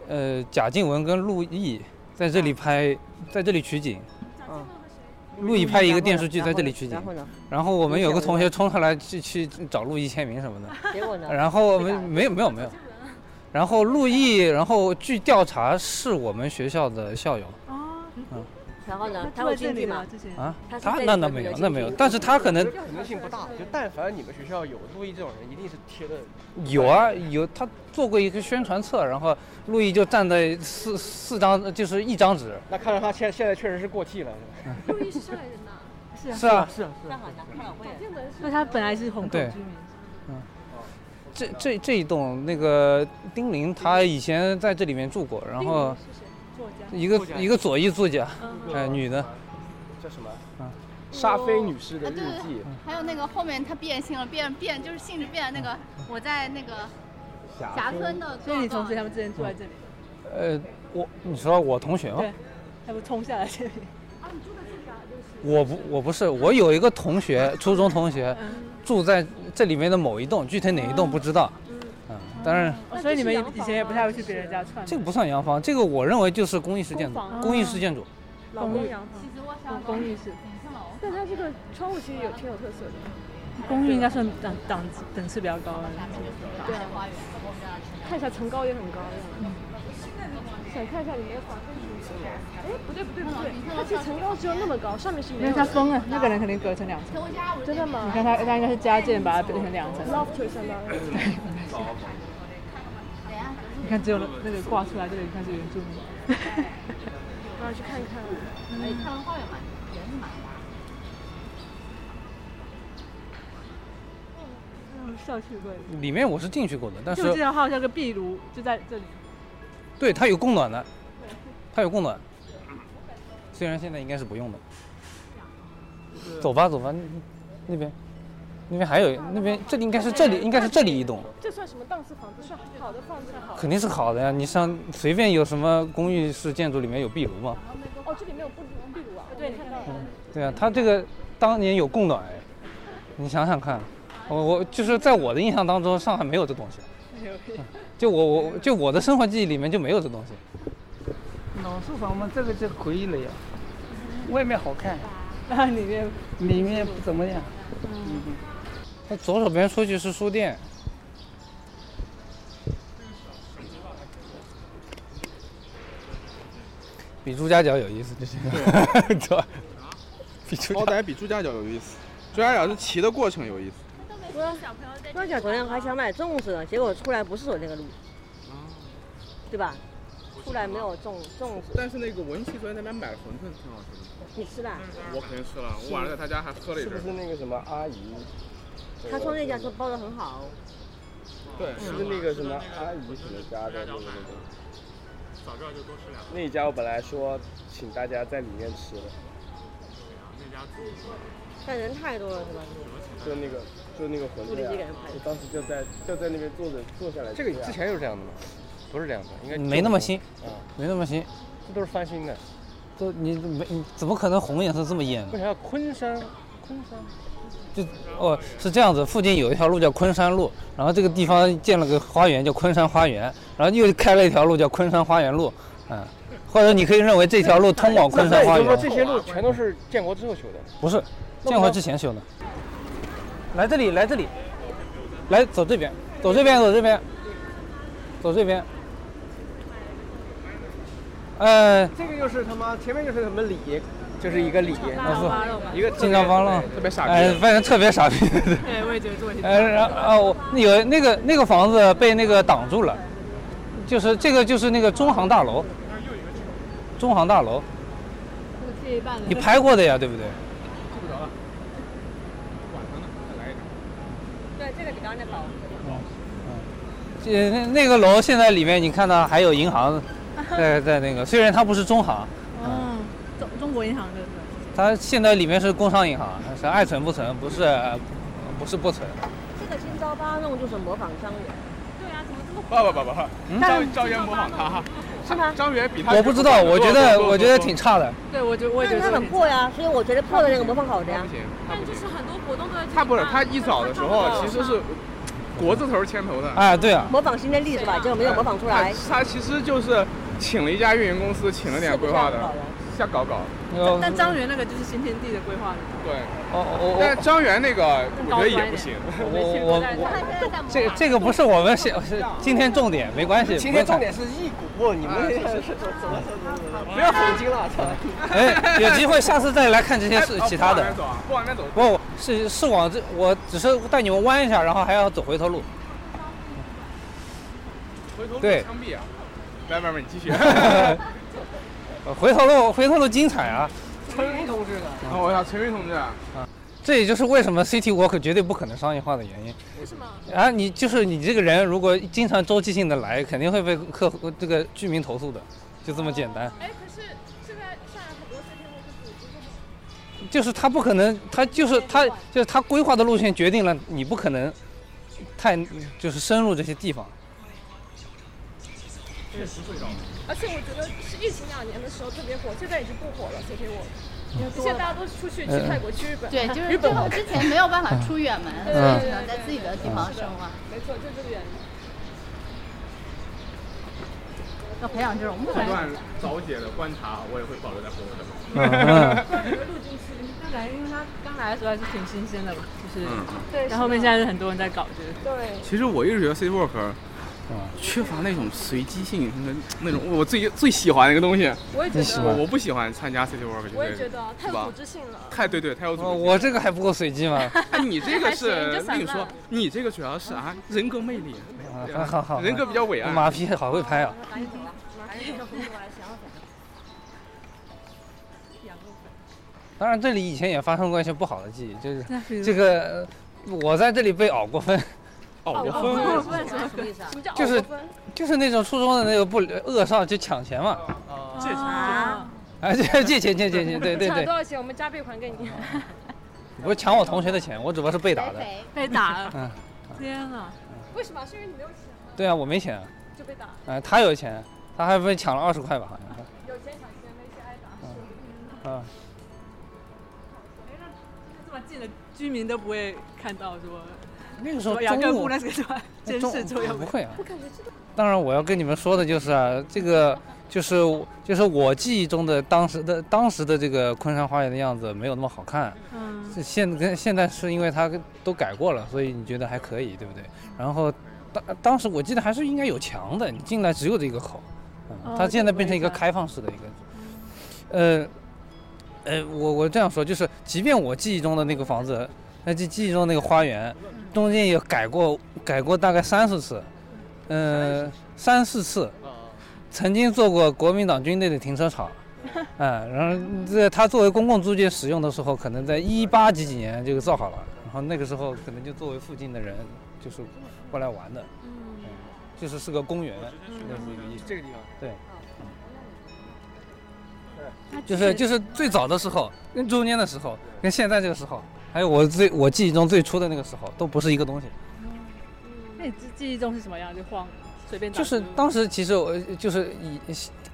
Speaker 1: 呃，贾静雯跟陆毅在这里
Speaker 4: 啊
Speaker 1: 拍，在这里取景。
Speaker 7: 嗯。
Speaker 1: 陆毅拍一个电视剧在这里取景
Speaker 7: 然 后呢？
Speaker 1: 然后我们有个同学冲上来去去找陆毅签名什么的。
Speaker 7: 结果呢？
Speaker 1: 然后我们没有没有没有，然后陆毅，然后据调查是我们学校的校友
Speaker 7: 然后呢？他
Speaker 4: 住在
Speaker 7: 有
Speaker 4: 这
Speaker 7: 经
Speaker 4: 里
Speaker 7: 济
Speaker 4: 吗
Speaker 7: 吗？？
Speaker 4: 之前
Speaker 1: 啊，
Speaker 7: 他是
Speaker 1: 他
Speaker 7: 在
Speaker 1: 那
Speaker 7: 你
Speaker 1: 那
Speaker 7: 们
Speaker 1: 没有
Speaker 7: 学校
Speaker 1: 那没有，
Speaker 7: 进行
Speaker 1: 但是他可能
Speaker 5: 可能性不大，就但凡你们学校有陆毅这种人，一定是贴的。
Speaker 1: 有啊有，他做过一个宣传册，然后陆毅就站在四四张就是一张纸，
Speaker 5: 那看来他现现在确实是过气了。
Speaker 10: 路易是上海人呐，
Speaker 4: 是啊，
Speaker 1: 是啊，
Speaker 5: 是啊是
Speaker 7: 上海南开晚会。
Speaker 4: 那他本来是红
Speaker 1: 对嗯
Speaker 4: 口居民。
Speaker 1: 这这这一栋那个丁玲，他以前在这里面住过，然后
Speaker 4: 是谁？作家。
Speaker 1: 一个一个左翼作家，
Speaker 4: 嗯
Speaker 1: 哎，女的，
Speaker 5: 叫什么？
Speaker 6: 沙菲女士的
Speaker 8: 啊
Speaker 6: 日
Speaker 8: 对
Speaker 6: 记，
Speaker 2: 嗯
Speaker 8: 还有那个后面他变性了，变变就是性质变了。那个我在那个霞村的，
Speaker 4: 所以你同学他们之前
Speaker 1: 嗯
Speaker 4: 住在这里，
Speaker 1: 呃，我你说我同学吗？
Speaker 4: 对他们冲下来这里。
Speaker 1: 我不，我不是，我有一个同学，初中同学，住在这里面的某一栋，具体哪一栋不知道。嗯，当然，
Speaker 4: 哦所以你们以前也不太会去别人家串门。
Speaker 1: 这个不算洋房，这个我认为就是公益式建筑
Speaker 3: 公，
Speaker 4: 房
Speaker 1: 公益式建筑。
Speaker 3: 老公洋房
Speaker 8: 其，实我
Speaker 4: 公
Speaker 8: 想
Speaker 4: 公寓是
Speaker 3: 但它这个窗户其实有挺有特色的，
Speaker 4: 公寓，应该算档档次等次比较高的。
Speaker 3: 啊
Speaker 8: 对花园，我们这儿是
Speaker 3: 看起来层高也很高。想看一下里面的房间是什么？哎，不对不对不对，它其实层高只有那么高，上面是一
Speaker 4: 因为
Speaker 3: 样
Speaker 4: 他
Speaker 3: 的。
Speaker 4: 封了，那个人肯定隔成两层。
Speaker 8: 我家我
Speaker 3: 真的吗
Speaker 4: 你看他，他应该是加建把它变成两层。
Speaker 3: ？Loft 相当于
Speaker 4: 你看，只有那个挂出来这里开始原住民。
Speaker 3: 我要去看看。
Speaker 8: 哎，看完花园嘛，也是蛮大。
Speaker 4: 嗯，校区会。
Speaker 1: 里面我是进去过的，但
Speaker 4: 就我记
Speaker 1: 是
Speaker 4: 得它好像有个壁炉就在这里。
Speaker 1: 对它有供暖的，它有供暖，虽然现在应该是不用的。走吧走吧，那那边，那边还有那边，这里应该是这里应该是这里一栋，
Speaker 3: 这算什么档次房子？算好的房子好。
Speaker 1: 肯定是好的呀。你像随便有什么公寓式建筑里面有壁炉吗？
Speaker 3: 哦，这里没有壁炉壁炉啊？对，看到了。
Speaker 1: 对啊，他这个当年有供暖，哎，你想想看，我我就是在我的印象当中，上海没有这 东西，就我我就我的生活记忆里面就没有这东西。
Speaker 11: 老式房嘛，这个就可以了呀。外面好看，
Speaker 4: 那里面
Speaker 11: 里面不怎么样。
Speaker 1: 它左手边出去是书店，比朱家角有意思就行了。 对，比朱
Speaker 2: 好歹比朱家角有意思，朱家角是骑的过程有意思。
Speaker 7: 那讲昨天还想买粽子呢，结果出来不是走那个路，哦对吧？出来没有粽粽子，
Speaker 2: 但是那个文琪昨天那边买了馄饨，挺好吃的。
Speaker 7: 你吃了？
Speaker 2: 我肯定吃了，我晚上在他家还喝了一
Speaker 6: 是
Speaker 2: 阵
Speaker 6: 不
Speaker 2: 儿。
Speaker 6: 是那个什么阿姨？
Speaker 7: 他说那家说包的很好，
Speaker 6: 对，是不是那
Speaker 1: 哎
Speaker 6: 个什么阿姨什么家的那个那个？
Speaker 9: 早知道就多吃两个。
Speaker 6: 那家我本来说请大家在里面吃的，
Speaker 9: 那家自己
Speaker 7: 但人太多了是吧？
Speaker 6: 就那个就那个馄
Speaker 7: 肚里
Speaker 6: 饨、
Speaker 7: 一个人
Speaker 6: 啊，就当时就在就在那边坐着坐下来吃啊。
Speaker 5: 这个之前就是这样的吗？不是这样的，应该
Speaker 1: 没那么新
Speaker 5: 啊，
Speaker 1: 没那么新，
Speaker 5: 这都是翻新的。
Speaker 1: 都你没你怎么可能红颜色这么艳呢？
Speaker 5: 为啥要昆山？昆山
Speaker 1: 就哦，是这样子，附近有一条路叫昆山路，然后这个地方建了个花园叫昆山花园，然后又开了一条路叫昆山花园路，嗯，或者你可以认为这条路通往昆山花
Speaker 5: 那你就说这
Speaker 1: 园。
Speaker 5: 些路全都是建国之后修的。
Speaker 1: 不是，建国之前修的。来这里，来这里，来走这边，走这边，走这边，走这边。呃，
Speaker 5: 这个就是他妈前面就是什么里，就是一个里，
Speaker 1: 是
Speaker 4: 嗯
Speaker 5: 一个
Speaker 1: 金刚方浪，哎，反正特别傻 逼。
Speaker 4: 对，我也觉得做一
Speaker 1: 呃，然后啊，我那有那个那个房子被那个挡住了，就是这个就是那个中航大楼，中航大楼，
Speaker 4: 我记一半了
Speaker 1: 你拍过的呀，对不对？
Speaker 2: 吃不着了，晚上呢，再来一点。
Speaker 7: 对，这个比刚才好。
Speaker 1: 这哦嗯呃那那个楼现在里面你看到还有银行 在在那个，虽然它不是中行，
Speaker 4: 哦，中中国银行对不
Speaker 1: 它现在里面是工商银行，是爱存不存，不是不是不存。
Speaker 7: 这个新招八弄就是模仿张远，
Speaker 4: 对啊，怎么这么
Speaker 2: 不不不不
Speaker 1: 嗯，
Speaker 2: 张张元模仿他，
Speaker 7: 是吗？
Speaker 2: 张元比他
Speaker 1: 我不知道，我觉得我觉得挺差的。
Speaker 4: 对，我觉得我也觉
Speaker 7: 但
Speaker 4: 得
Speaker 7: 他很破呀，所以我觉得破的那个模仿好的
Speaker 2: 嗯
Speaker 7: 呀。
Speaker 4: 但就是很多活动都在
Speaker 2: 他不是他一早的时候其实是国字头牵头的。
Speaker 1: 哎，对啊，
Speaker 7: 模仿新天地是吧？结果没有模仿出来。
Speaker 2: 他他其实就是请了一家运营公司，请了点规划的，瞎搞搞。
Speaker 4: 但张元那个就是新天地的规划，
Speaker 2: 对，
Speaker 1: 哦我
Speaker 2: 但张元那个
Speaker 4: 更
Speaker 2: 我
Speaker 4: 高
Speaker 2: 觉得也
Speaker 4: 端一
Speaker 2: 不
Speaker 4: 点
Speaker 2: 行。
Speaker 1: 我我我，这这个不是我们现是今天重点，没关系。
Speaker 5: 今天
Speaker 1: 不
Speaker 5: 重
Speaker 1: 会看
Speaker 5: 点是一股，你们
Speaker 1: 哎
Speaker 5: 是是走走走走走，不要走经了，操！
Speaker 1: 哎，有机会下次再来看这些事
Speaker 2: 哎
Speaker 1: 其他的
Speaker 2: 不往那。走啊，不往那走。
Speaker 1: 不，是是往这，我只是带你们弯一下，然后还要走回头路。
Speaker 2: 回头路
Speaker 1: 对
Speaker 2: 枪毙啊！来，外面你继续。
Speaker 1: 呃回头路，回头路精彩啊！
Speaker 5: 陈云同志呢？
Speaker 2: 啊，我操，陈云同志啊，
Speaker 1: 这也就是为什么 City Walk 绝对不可能商业化的原因。
Speaker 2: 为什么？
Speaker 1: 啊，你就是你这个人，如果经常周期性的来，肯定会被客户这个居民投诉的，就这么简单。
Speaker 10: 哎，可是现在上海很多 city walk 组织这种，
Speaker 1: 就是他不可能，他就是他就是他规划的路线决定了你不可能太就是深入这些地方。
Speaker 2: 确实睡着了。
Speaker 10: 而且我觉得啊是疫情两年的时候特别火，现在已经不火了 city walk。现在大家都出去去泰国、去日本，
Speaker 8: 对，就是
Speaker 10: 日本
Speaker 8: 就之前没有办法出远门，
Speaker 10: 对
Speaker 1: 嗯
Speaker 10: 对
Speaker 8: 所以只
Speaker 10: 对
Speaker 8: 能在自己的地方生活。
Speaker 10: 没错，就这个原因。
Speaker 8: 要培养这种
Speaker 2: 这段早姐的观察，我也会保留在朋友圈。
Speaker 4: 那感觉因为他刚来的时候还是挺新鲜的吧，就是
Speaker 2: 嗯
Speaker 4: 对，然后后面现在是很多人在搞这个，
Speaker 10: 对，
Speaker 2: 其实我一直觉得 City Walk
Speaker 1: 嗯
Speaker 2: 缺乏那种随机性，那那种我最最喜欢的一个东西。
Speaker 10: 我也觉得你喜欢
Speaker 2: 我不喜欢参加 City Walk，就
Speaker 10: 我也
Speaker 2: 是
Speaker 10: 觉得太有
Speaker 2: 吧
Speaker 10: 组织性了。
Speaker 2: 太对对，太有组织
Speaker 1: 哦
Speaker 2: 性。
Speaker 1: 我这个还不够随机吗？
Speaker 2: 哎，你这个
Speaker 10: 还行
Speaker 2: 是
Speaker 10: 你就散
Speaker 2: 跟你说
Speaker 10: 漫，
Speaker 2: 你这个主要 是啊人格魅力，
Speaker 1: 啊好好好，
Speaker 2: 人格比较伟岸。
Speaker 1: 马屁好会 拍啊！
Speaker 7: 赶紧走吧，赶紧走，我来想想。
Speaker 1: 当然，这里以前也发生过一些不好的记忆，就
Speaker 4: 那比
Speaker 1: 是
Speaker 4: 如
Speaker 1: 这个呃我在这里被熬过分，
Speaker 2: 熬
Speaker 10: 哦
Speaker 4: 过分
Speaker 7: 我
Speaker 4: 问什么
Speaker 7: 什么意思啊？
Speaker 10: 什么叫
Speaker 1: 就
Speaker 10: 熬
Speaker 1: 是
Speaker 10: 过分
Speaker 1: 就是那种初中的那个不呃恶少就抢钱嘛，
Speaker 2: 借
Speaker 4: 哦
Speaker 2: 钱
Speaker 7: 啊，
Speaker 1: 啊借 借钱借钱借，对对
Speaker 10: 抢了
Speaker 1: 对
Speaker 10: 多，少钱？我们加倍还给你。
Speaker 1: 不是抢我同学的钱，我只不过是被打的。
Speaker 4: 被打了，
Speaker 1: 嗯，
Speaker 4: 天哪！
Speaker 10: 为什么？是因为你没有钱吗？
Speaker 1: 对啊，我没钱啊，
Speaker 10: 就被打。
Speaker 1: 呃他有钱，他还被抢了二十块吧，好像是
Speaker 10: 有钱抢钱，没钱挨打。
Speaker 1: 啊，
Speaker 4: 这么近的居民都不会看到说
Speaker 1: 那个时候
Speaker 4: 什么雅各
Speaker 1: 中午哎
Speaker 4: 布那是个什么监
Speaker 1: 中
Speaker 4: 视作用
Speaker 1: 不会啊。
Speaker 10: 感觉这个
Speaker 1: 当然，我要跟你们说的就是啊，这个就是就是我记忆中的当时的当时的这个昆山花园的样子没有那么好看。
Speaker 4: 嗯，
Speaker 1: 这现跟现在是因为它都改过了，所以你觉得还可以，对不对？然后当当时我
Speaker 4: 哦
Speaker 1: 记得还是应该有墙的，你进来只有这个口，嗯，它现在变成一个开放式的一个，呃，呃，我我这样说就是，即便我记忆中的那个房子，那记记忆中那个花园，中间也改过改过大概三四次，嗯、三四次，曾经做过国民党军队的停车 场。嗯，然后这它作为公共租界使用的时候，可能在一八几几年就造好了，然后那个时候可能就作为附近的人就是过来玩的，嗯，就是是个公园，类似于
Speaker 6: 这个地方。
Speaker 1: 对，就是就是最早的时候，跟中间的时候，跟现在这个时候，还有我最我记忆中最初的那个时候，都不是一个东西。
Speaker 4: 那你记记忆中是什么样？就晃，随便打
Speaker 1: 就是当时其实我就是以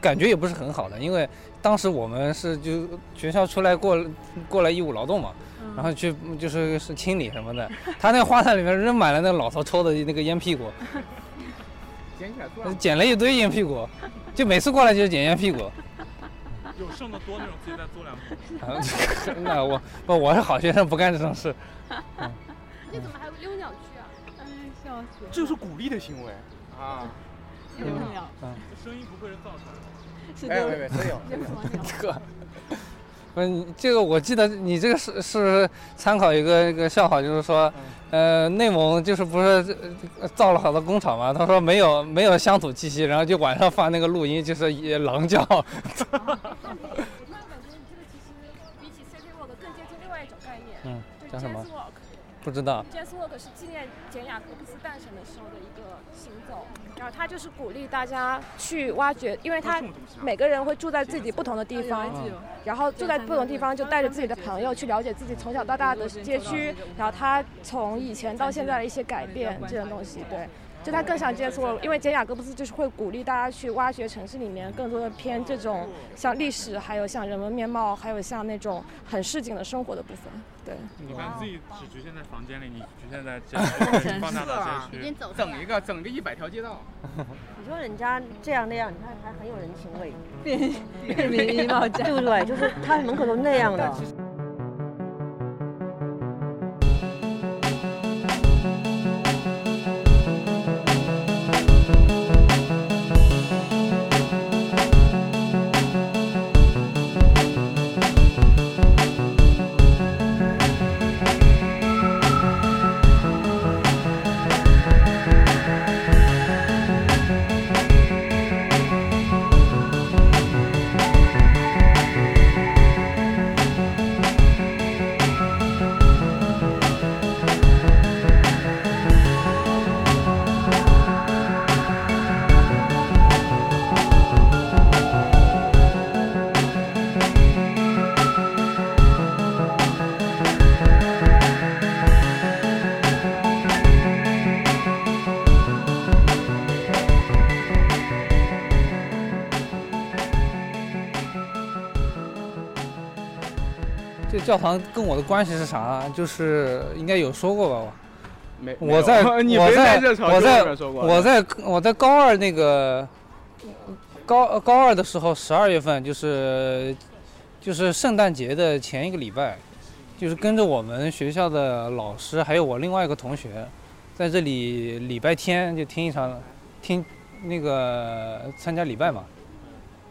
Speaker 1: 感觉也不是很好的，因为当时我们是就学校出来过过来义务劳动
Speaker 4: 嗯
Speaker 1: 嘛，然后去就是是清理什么的，他那个花坛里面扔满了那老头抽的那个烟屁股，
Speaker 2: 捡起来
Speaker 6: 嗯
Speaker 2: 做。
Speaker 1: 捡了一堆烟屁股，就每次过来就是捡烟屁股。
Speaker 9: 有剩的多那种，自己再做两个。
Speaker 1: 啊 那我不我是好学生，不干这种事。
Speaker 3: 你怎么还溜鸟去啊？哎，笑死
Speaker 2: 这是鼓励的行为啊！
Speaker 4: 有鸟，
Speaker 1: 嗯
Speaker 9: 声音不会是造出来的。
Speaker 4: 是
Speaker 2: 哎喂喂真有
Speaker 4: 有什么鸟？
Speaker 1: 这，嗯，这个我记得你这个是是参考一个一个笑话，就是说，呃，内蒙就是不是呃造了好多工厂嘛？他说没有没有乡土气息，然后就晚上放那个录音，就是也狼叫。
Speaker 3: 那我感觉你这个其实比起 City Walk 更接近另外一种概念，
Speaker 1: 嗯
Speaker 3: 就是
Speaker 1: 叫什
Speaker 3: Jazz
Speaker 1: 么
Speaker 3: Walk。
Speaker 1: 不知道
Speaker 3: Jazz Walk 是纪念简雅各布斯诞生的时候的一个行走，然后它就是鼓励大家去挖掘，因为它每个人会住在自己不同的地方
Speaker 4: 嗯，
Speaker 3: 然后住在不同地方就带着自己的朋友去了解自己从小到大的街区，然后它从以前到现在的一些改变这种东西，对。就它更像 Jazz Walk，因为简雅各布斯就是会鼓励大家去挖掘城市里面更多的偏这种像历史，还有像人文面貌，还有像那种很市井的生活的部分，对。
Speaker 9: 你把自己只局限在房间里，你局限在 街区，你放大到街
Speaker 4: 啊
Speaker 9: 区。
Speaker 2: 整一个整个一百条街道。
Speaker 7: 你说人家这样那样，你看还很有人情味，
Speaker 4: 变变民衣 帽
Speaker 7: 对不对？就是他门口都那样的。
Speaker 1: 这教堂跟我的关系是啥啊？就是应该有说过吧？我
Speaker 2: 没没
Speaker 1: 我在
Speaker 2: 有啊 你
Speaker 1: 我
Speaker 2: 别
Speaker 1: 在
Speaker 2: 这场
Speaker 1: 我在
Speaker 2: 面说过。啊
Speaker 1: 我在我在高二那个高高二的时候，十二月份就是就是圣诞节的前一个礼拜，就是跟着我们学校的老师还有我另外一个同学，在这里礼拜天就听一场听那个参加礼拜嘛，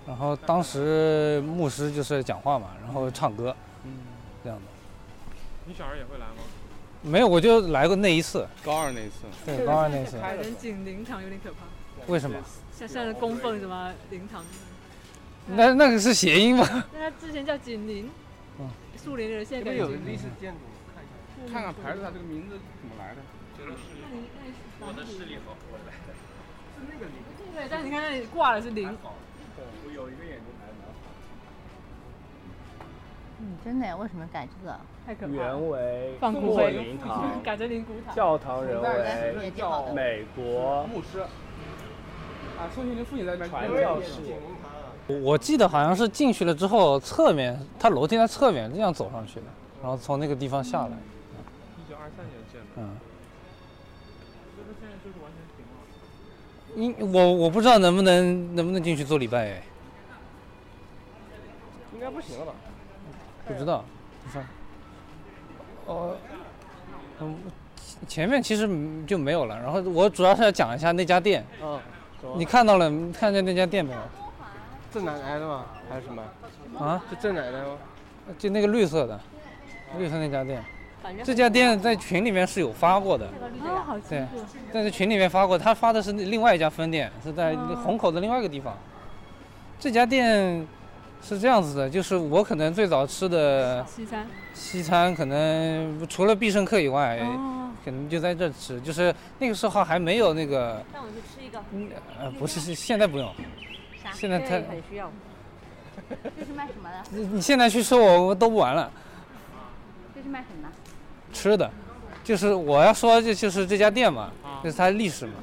Speaker 1: 然后当时牧师就是讲话嘛，然后唱歌，这样的。
Speaker 9: 你小孩也会来吗？
Speaker 1: 没有，我就来过那一次。
Speaker 2: 高二那一次。
Speaker 1: 对，高二那一次。
Speaker 4: 有点紧灵堂，有点可怕。
Speaker 1: 为什么？
Speaker 4: 像像
Speaker 9: 啊
Speaker 4: 供奉什么灵堂，
Speaker 1: 那那个是谐音吧？
Speaker 4: 那它之前叫紧邻
Speaker 1: 嗯，
Speaker 4: 树林人现
Speaker 6: 这
Speaker 4: 在改
Speaker 6: 边有
Speaker 4: 紧
Speaker 6: 历
Speaker 4: 邻
Speaker 6: 史。建筑，看一
Speaker 2: 看看牌子，它这个名字怎么来的？这个是
Speaker 4: 那你那
Speaker 9: 我的视力好，我来。
Speaker 6: 是那个里
Speaker 4: 对，但你看那里挂的是零，
Speaker 6: 我有一个眼睛还蛮好。
Speaker 8: 嗯，真的，为什么改这个？
Speaker 4: 太可怕了。
Speaker 12: 原为
Speaker 4: 放骨
Speaker 12: 做
Speaker 4: 灰
Speaker 12: 灵堂
Speaker 4: 改成灵骨塔。
Speaker 12: 教堂人
Speaker 4: 也
Speaker 12: 为
Speaker 4: 挺好的
Speaker 12: 美国
Speaker 2: 牧师。啊，宋庆龄父亲在那边
Speaker 12: 传教士。
Speaker 1: 我记得好像是进去了之后，侧面它楼梯在侧面这样走上去的，然后从那个地方下来。
Speaker 9: 一九二三年建的。
Speaker 1: 嗯，
Speaker 9: 那它现在就是完全停了。
Speaker 1: 因我我不知道能不能能不能进去做礼拜哎，
Speaker 2: 应该不行了吧？
Speaker 1: 不知道，不知道。哦，嗯，前面其实就没有了。然后我主要是要讲一下那家店，
Speaker 6: 嗯，
Speaker 1: 你看到了看见那家店没有？
Speaker 5: 正奶来的吗？还是什么？
Speaker 1: 啊，
Speaker 5: 是正奶奶吗？
Speaker 1: 呃就那个绿色的，绿色那家店
Speaker 5: 反正，
Speaker 1: 这家店在群里面是有发过的，
Speaker 13: 哦，好
Speaker 1: 对
Speaker 13: 清楚。，
Speaker 1: 但是群里面发过，他发的是另外一家分店，是在
Speaker 13: 哦
Speaker 1: 虹口的另外一个地方。这家店是这样子的，就是我可能最早吃的
Speaker 14: 西餐，
Speaker 1: 西餐，可能除了必胜客以外，
Speaker 14: 哦
Speaker 1: 可能就在这吃。就是那个时候还没有那个，
Speaker 7: 带我去吃一个。
Speaker 1: 呃，不是，是现在不用。
Speaker 7: 啥？
Speaker 1: 现在太
Speaker 7: 很需要。
Speaker 13: 这是卖什么的？
Speaker 1: 你你现在去吃我我都不玩了，
Speaker 13: 这是卖什么的？
Speaker 1: 吃的，就是我要说这就是这家店嘛，就是它历史嘛，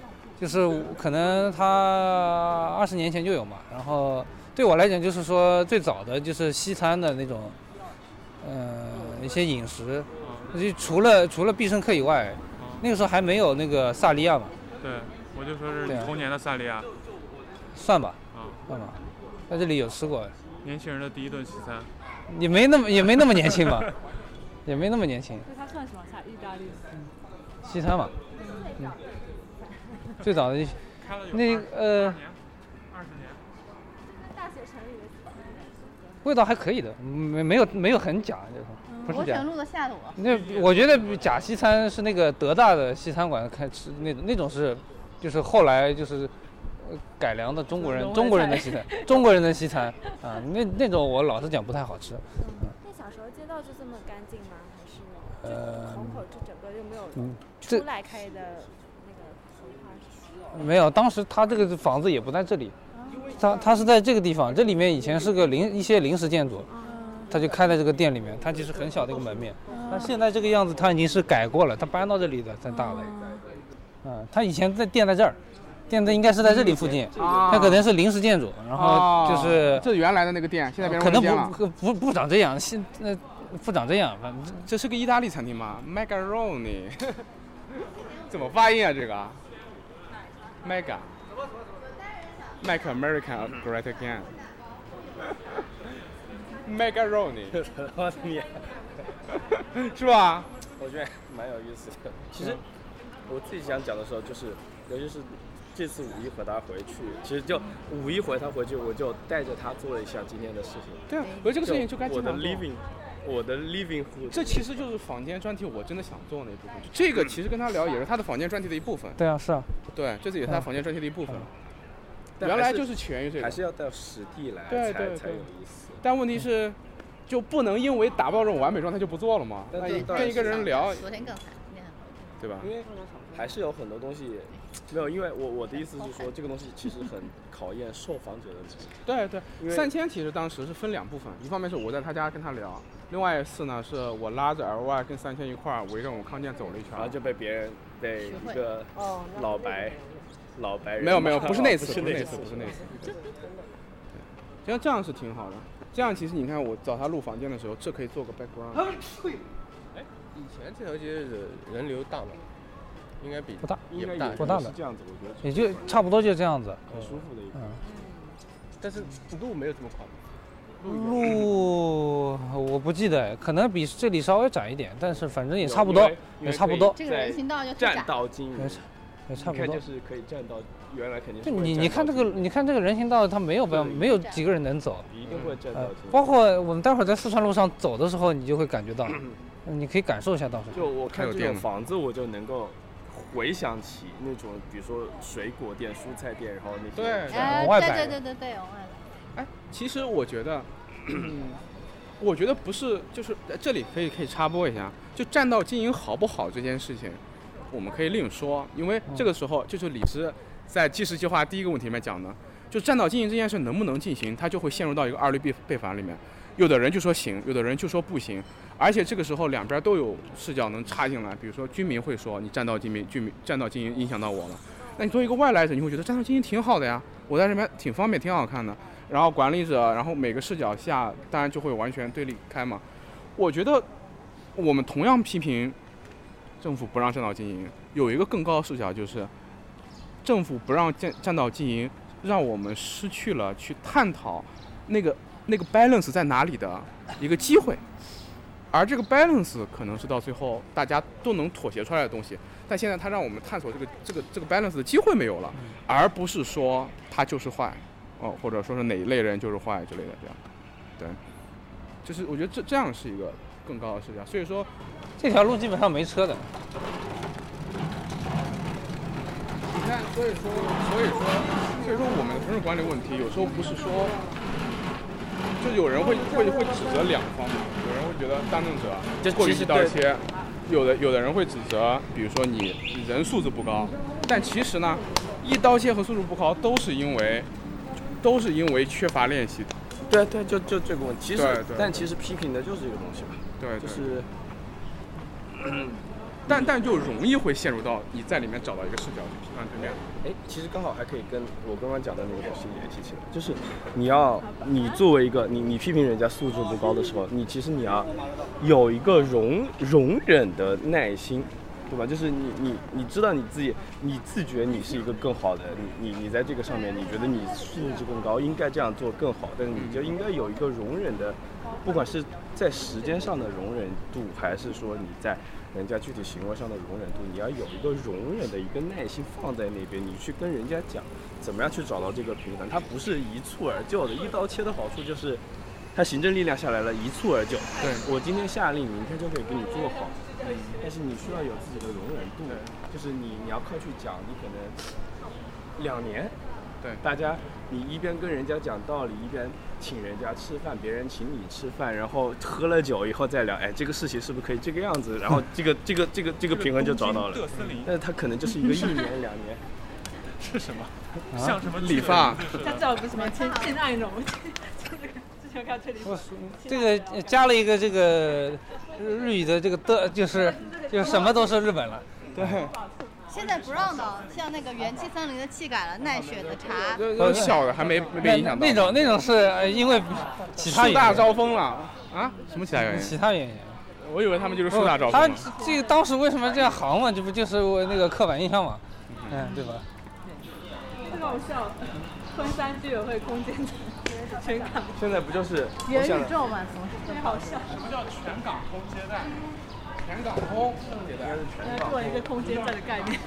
Speaker 1: 就是我可能它二十年前就有嘛。然后对我来讲，就是说最早的就是西餐的那种，呃，一些饮食，就除了除了必胜客以外，那个时候还没有那个萨莉亚嘛，
Speaker 9: 对，我就说是
Speaker 1: 对
Speaker 9: 你
Speaker 1: 啊
Speaker 9: 童年的萨莉亚，
Speaker 1: 算吧，
Speaker 9: 啊，
Speaker 1: 算吧，在这里有吃过，
Speaker 9: 年轻人的第一顿西餐。
Speaker 1: 也没那么也没那么年轻吧，也没那么年轻，
Speaker 14: 那它算什么菜？意大利
Speaker 1: 西餐嘛，嗯，最早的一
Speaker 9: 开了有
Speaker 1: 那呃。
Speaker 9: 二十年，
Speaker 14: 大学城里的。
Speaker 1: 味道还可以的，没没有没有很假，就是不
Speaker 13: 我
Speaker 1: 是假
Speaker 13: 整。路的吓得我。
Speaker 1: 那我觉得假西餐是那个德大的西餐馆开吃那那种是，就是后来就是呃改良的中国人
Speaker 14: 融合
Speaker 1: 中国人的
Speaker 14: 菜
Speaker 1: 西餐，中国人的西餐啊，那那种我老实讲不太好吃。
Speaker 14: 那小时候街道就这么干净吗？还是
Speaker 1: 呃
Speaker 14: 虹口这整个就没有
Speaker 1: 嗯这
Speaker 14: 出来开的那个文化史？
Speaker 1: 没有，当时他这个房子也不在这里，他他是在这个地方，这里面以前是个临一些临时建筑，他就开在这个店里面，它其实很小的一个门面，但现在这个样子他已经是改过了，他搬到这里的才大了。嗯，他以前在店在这儿，店在应该是在这里附近，
Speaker 2: 啊
Speaker 1: 他可能是临时建筑，然后就是、
Speaker 2: 这啊原来的那个店，现在变
Speaker 1: 可能
Speaker 2: 成文间了。
Speaker 1: 不不不长这样，现呃不长这样，反正
Speaker 2: 这是个意大利餐厅吗？Macaroni，怎么发音啊？这个，Mega。Make America Great Again。Macaroni，
Speaker 6: 我的天，
Speaker 2: 是吧？
Speaker 6: 我觉得蛮有意思的。
Speaker 2: 嗯
Speaker 6: 其实我自己想讲的时候，就是尤其是这次五一和他回去，其实就五一回他回去，我就带着他做了一项今天的事情。
Speaker 2: 对啊我觉得这个事情就该
Speaker 6: 我
Speaker 2: 经
Speaker 6: 的
Speaker 2: 常做
Speaker 6: living，我的 living hood。
Speaker 2: 这其实就是坊间专题，我真的想做那一部分。就这个其实跟他聊也是他的坊间专题的一部分。
Speaker 1: 对啊是啊，嗯
Speaker 2: 对，这次也是他坊间专题的一部分。
Speaker 6: 但
Speaker 2: 原
Speaker 6: 还
Speaker 2: 来就是起源于这个
Speaker 6: 还。是要到实地来
Speaker 2: 对
Speaker 6: 才
Speaker 2: 对
Speaker 6: 才
Speaker 2: 对
Speaker 6: 有意思。
Speaker 2: 但问题是，就不能因为达不到这种完美状态就不做了嘛？
Speaker 6: 但
Speaker 2: 那
Speaker 6: 这
Speaker 2: 你
Speaker 6: 当
Speaker 2: 跟
Speaker 6: 然
Speaker 2: 一个
Speaker 6: 是
Speaker 2: 人聊，
Speaker 8: 昨天更惨，今天很好。
Speaker 2: 对吧？
Speaker 6: 因为还是有很多东西没有，因为我我的意思是说，这个东西其实很考验受访者的能力。
Speaker 2: 对对
Speaker 6: 因，为
Speaker 2: 三千其实当时是分两部分，一方面是我在他家跟他聊，另外一次呢是我拉着 LY 跟三千一块儿围着我们康健走了一圈，然后
Speaker 6: 啊就被别人被一个老白老白人
Speaker 2: 没有没有，
Speaker 6: 骂
Speaker 2: 不是那次， 不
Speaker 6: 不是
Speaker 2: 是
Speaker 6: 那
Speaker 2: 那
Speaker 6: 次
Speaker 2: 次，不是那次。其实这样是挺好的，这样其实你看我找他录房间的时候，这可以做个 background。
Speaker 5: 哎，以前这条街的人流大吗？应该比
Speaker 1: 不大
Speaker 5: 也不
Speaker 1: 应该也不大的
Speaker 5: 是这样子，我觉得
Speaker 1: 也就差不多就这样子。
Speaker 5: 很舒服的一个。
Speaker 1: 嗯。
Speaker 5: 但是路没有这么宽，
Speaker 1: 路我不记得，可能比这里稍微窄一点，但是反正也差不多，也差不多。
Speaker 6: 这个人行道就站到金鱼，
Speaker 1: 也差不
Speaker 6: 你看
Speaker 1: 多
Speaker 6: 就是可以站到，原来肯定
Speaker 1: 就是你
Speaker 6: 会
Speaker 1: 你
Speaker 6: 站
Speaker 1: 看
Speaker 6: 到
Speaker 1: 这个，你看这个人行道，它没有办，没有几个人能走。
Speaker 6: 一定会站到
Speaker 1: 呃
Speaker 6: 金鱼，
Speaker 1: 包括我们待会儿在四川路上走的时候，你就会感觉到，你可以感受一下到时候。
Speaker 6: 就我看这种
Speaker 1: 房，
Speaker 6: 房子，我就能够回想起那种，比如说水果店、蔬菜店，然后那些
Speaker 2: 对
Speaker 13: 哎，
Speaker 2: 往外
Speaker 13: 对
Speaker 2: 摆
Speaker 13: 对对对对，往外摆。
Speaker 2: 其实我觉得，我觉得不是，就是呃这里可以可以插播一下，就站到经营好不好这件事情，我们可以另说，因为这个时候就是李芝在计时计划第一个问题里面讲的，就站到经营这件事能不能进行，它就会陷入到一个二律背背反里面，有的人就说行，有的人就说不行，而且这个时候两边都有视角能插进来，比如说居民会说你占道经营，居民占道经营影响到我了。那你作为一个外来者，你会觉得占道经营挺好的呀，我在这边挺方便，挺好看的。然后管理者，然后每个视角下，当然就会完全对立开嘛。我觉得我们同样批评政府不让占道经营，有一个更高的视角就是，政府不让占占道经营，让我们失去了去探讨那个那个 balance 在哪里的一个机会。而这个 balance 可能是到最后大家都能妥协出来的东西，但现在它让我们探索这个这个这个 balance 的机会没有了，而不是说它就是坏，哦，或者说是哪一类人就是坏之类的这样，对，就是我觉得这这样是一个更高的视角，所以说
Speaker 1: 这条路基本上没车的。
Speaker 2: 你看，所以说，所以说，所以说我们的城市管理问题有时候不是说，就有人会会会指责两方嘛，有人会觉得当政者
Speaker 6: 这
Speaker 2: 过于
Speaker 6: 其
Speaker 2: 一
Speaker 6: 实
Speaker 2: 刀
Speaker 6: 对
Speaker 2: 切，有的有的人会指责，比如说你人素质不高，但其实呢，一刀切和素质不高都是因为都是因为缺乏练习。
Speaker 6: 对啊对，就就这个问题。其实
Speaker 2: 对对，
Speaker 6: 但其实批评的就是这个东西嘛。
Speaker 2: 对，对
Speaker 6: 就是，嗯，
Speaker 2: 但但就容易会陷入到你在里面找到一个视角去批判对面。
Speaker 6: 哎，其实刚好还可以跟我刚刚讲的那个东西联系起来，就是你要，你作为一个你你批评人家素质不高的时候，你其实你要有一个容容忍的耐心，对吧？就是你你你知道你自己，你自觉你是一个更好的，你你你在这个上面，你觉得你素质更高，应该这样做更好，但是你就应该有一个容忍的，不管是在时间上的容忍度，还是说你在人家具体行为上的容忍度，你要有一个容忍的一个耐心放在那边，你去跟人家讲怎么样去找到这个平衡，它不是一蹴而就的，一刀切的好处就是。它行政力量下来了，一蹴而就。
Speaker 2: 对
Speaker 6: 我今天下令，明天就可以给你做好。但是你需要有自己的容忍度，就是你你要靠去讲，你可能两年，
Speaker 2: 对，
Speaker 6: 大家你一边跟人家讲道理，一边请人家吃饭，别人请你吃饭，然后喝了酒以后再聊，哎，这个事情是不是可以这个样子？然后这个这个这个这个平衡就找到了。但是他可能就是一个一年两年。
Speaker 9: 是什么？
Speaker 6: 啊
Speaker 9: 像什么
Speaker 6: 理发
Speaker 4: 他叫不是什么亲亲爱绒，这个之前看这里
Speaker 1: 我这个呃加了一个这个日日语的这个的，就是就是什么都是日本了。对，
Speaker 8: 现在不让了，像那个元气森林的气改了，奈雪的茶，
Speaker 2: 都小的还没没被影响到
Speaker 1: 那那种那种是呃因为其他原
Speaker 2: 树
Speaker 1: 因
Speaker 2: 大招风了啊？什么其他原因？
Speaker 1: 其他原因。
Speaker 2: 我以为哦他们就是树大招
Speaker 1: 他们
Speaker 2: 风了。
Speaker 1: 这个当时为什么这样行嘛？这不就是我那个刻板印象嘛？嗯，对吧？
Speaker 4: 这个我笑了。昆山居委会空间全港
Speaker 6: 现在不就是
Speaker 4: 元宇宙
Speaker 6: 我想
Speaker 4: 嘛，特别好笑。
Speaker 9: 什么叫全港通接待？
Speaker 2: 全港通
Speaker 6: 应该是全
Speaker 4: 来
Speaker 6: 港
Speaker 4: 做一个空间站的概念。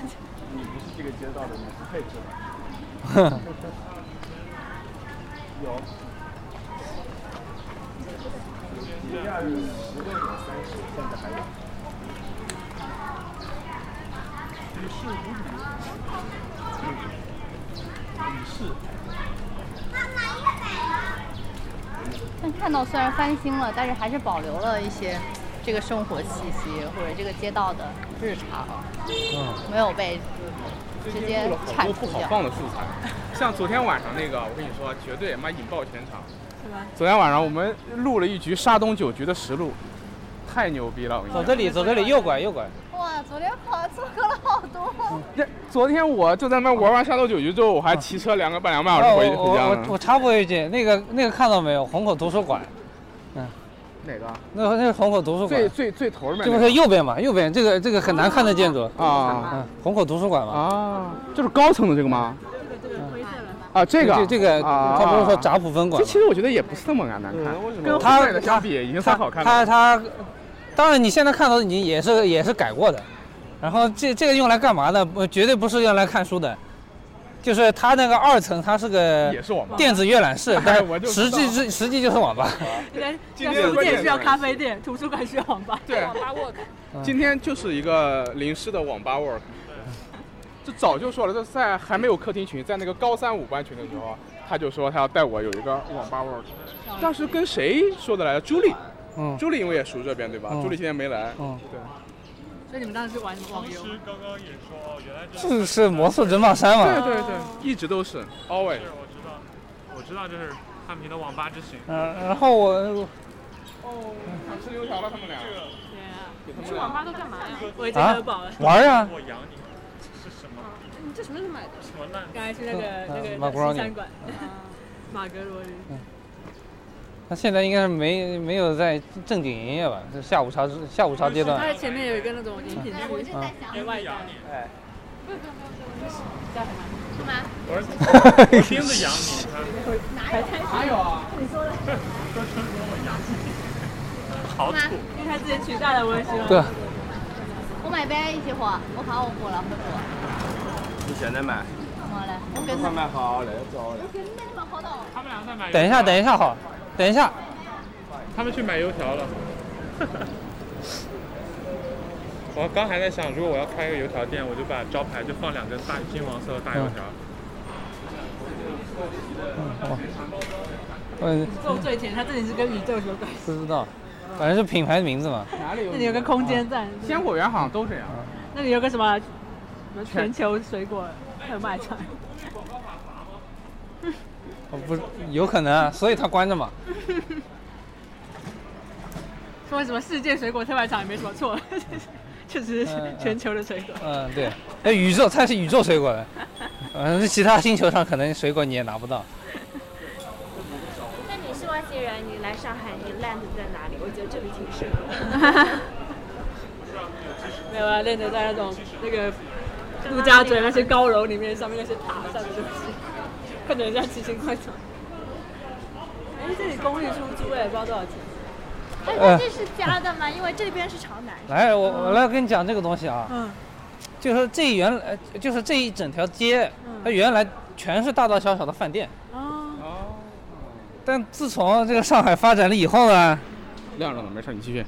Speaker 6: 你不是这个街道的，你是配置
Speaker 1: 的。
Speaker 6: 有。节假日十六点三十，现在还有。你是无语。你是。
Speaker 13: 但看到虽然翻新了，但是还是保留了一些这个生活气息或者这个街道的日常，没有被直接
Speaker 2: 录了好
Speaker 13: 铲
Speaker 2: 多
Speaker 13: 除
Speaker 2: 不好
Speaker 13: 掉。
Speaker 2: 放的素材， 像昨天晚上那个，我跟你说，绝对妈引爆全场。
Speaker 4: 是吧？
Speaker 2: 昨天晚上我们录了一局沙东九局的实录，太牛逼了！我跟你
Speaker 1: 走这里，走
Speaker 2: 讲
Speaker 1: 这里，右拐，右拐。
Speaker 13: 哇，昨天跑错过了好多。
Speaker 2: 昨天我就在那玩完沙东九局之后，我还骑车两个半两个半小
Speaker 1: 哦
Speaker 2: 时啊回
Speaker 1: 我
Speaker 2: 回家
Speaker 1: 我我
Speaker 2: 呢。
Speaker 1: 插播一句，那个那个看到没有？虹口图书馆，嗯，
Speaker 2: 哪个？
Speaker 1: 那那是虹口图书馆，
Speaker 2: 最最最头儿面那
Speaker 1: 这
Speaker 2: 个。
Speaker 1: 不是右边嘛？右边这个这个很难看的建筑
Speaker 2: 啊，
Speaker 1: 嗯，虹口图书馆嘛。
Speaker 2: 啊，就是高层的这个吗？啊，这
Speaker 1: 这
Speaker 2: 个
Speaker 1: 这这个，
Speaker 2: 啊
Speaker 1: 他不是说闸浦分馆
Speaker 2: 这
Speaker 1: 吗
Speaker 2: 其？实我觉得也不是那么难看，跟
Speaker 1: 他
Speaker 2: 后面的相比已经算好看
Speaker 1: 他
Speaker 2: 了。
Speaker 1: 他，当然你现在看到已经也是也是改过的，然后这这个用来干嘛的？不绝对不是用来看书的，就是它那个二层它是个
Speaker 2: 也是网吧哎
Speaker 1: 电子阅览室，但
Speaker 2: 我就知
Speaker 1: 实
Speaker 2: 道
Speaker 1: 际是实际就是网吧。
Speaker 4: 人
Speaker 2: 今
Speaker 4: 家
Speaker 2: 天
Speaker 4: 书店需要咖啡店，图书馆需要网吧。
Speaker 2: 对
Speaker 4: 网
Speaker 7: 哦
Speaker 4: 吧 work。
Speaker 2: 今天就是一个临时的网吧 work。这早就说了，这在还没有客厅群，在那个高三五班群的时候，他就说他要带我有一个网吧 work。当时跟谁说的来着？朱莉，
Speaker 1: 嗯
Speaker 2: 朱莉因为也熟这边对吧？
Speaker 1: 嗯
Speaker 2: 朱莉今天没来。
Speaker 1: 嗯，
Speaker 2: 对。
Speaker 4: 所以你们当时是玩什么网游？
Speaker 9: 刚刚也说哦，原来这
Speaker 1: 是是魔术珍宝山嘛？
Speaker 2: 对对对，一直都是 always。
Speaker 9: 我知道，我知道这是汉平的网吧之行。
Speaker 1: 嗯，然后我
Speaker 2: 哦，想吃油条了，他们俩。
Speaker 4: 你去网吧都干嘛呀？我已经
Speaker 1: 啊
Speaker 4: 喝饱了。
Speaker 1: 玩啊，
Speaker 9: 我养你，是什么？
Speaker 4: 啊你这什么时候买的？
Speaker 9: 什么烂？
Speaker 4: 刚才 去那个那
Speaker 1: 嗯马
Speaker 4: 个
Speaker 1: 格罗
Speaker 4: 西
Speaker 1: 尼
Speaker 4: 餐馆，马格罗尼。
Speaker 1: 他现在应该是没没有在正经营业吧？这下午茶下午茶阶段
Speaker 4: 它。的前面有一个那种饮品区，给外带。
Speaker 2: 哎，
Speaker 4: 叫什么？
Speaker 8: 是吗？
Speaker 9: 我 是我盯着养你，
Speaker 4: 还开哪有啊？你说的。
Speaker 9: 好土。
Speaker 4: 因为他之前取代了我也喜欢。
Speaker 1: 对啊
Speaker 8: 我买杯一起火，我好我火了，会火。
Speaker 6: 你现在买？
Speaker 13: 好嘞，我跟
Speaker 6: 快卖好，来走来。
Speaker 9: 他们俩在买。
Speaker 1: 等一下，等一下，好，等一下，
Speaker 9: 他们去买油条了。 我刚还在想，如果我要开一个油条店，我就把招牌就放两根大金黄色的大油条。
Speaker 1: 哦嗯，
Speaker 4: 宇宙最甜，它这里是跟宇宙有关系，
Speaker 1: 不知道，反正是品牌的名字嘛。
Speaker 2: 哪里有？
Speaker 4: 这里有个空间站，
Speaker 2: 鲜果园好像都这样。
Speaker 4: 那里有个什么什么全球水果特卖场，
Speaker 1: 哦不是，有可能啊，所以他关着嘛。
Speaker 4: 说什么世界水果特卖场也没什么错，确实是
Speaker 2: 嗯
Speaker 4: 全球的 水果。
Speaker 1: 嗯，对，哎，宇宙它是宇宙水果的， 嗯，其他星球上可能水果你也拿不到。
Speaker 14: 那你是外星人，你来上海，你 land 在哪里？我觉得这里挺适合的。
Speaker 4: 没有啊，练得在那种那个陆家嘴那些高楼里面，上面那些塔上的东西，看着人家奇形怪状。哎，这里公寓出租哎，不知道多少钱。
Speaker 14: 哎，那这是加的吗？因为这边是朝南。
Speaker 1: 来，我我来跟你讲这个东西啊，
Speaker 4: 嗯，
Speaker 1: 就是这原来就是这一整条街，它原来全是大大小小的饭店，
Speaker 4: 嗯哦，
Speaker 1: 但自从这个上海发展了以后啊呢，
Speaker 2: 亮着呢，没事，你继续。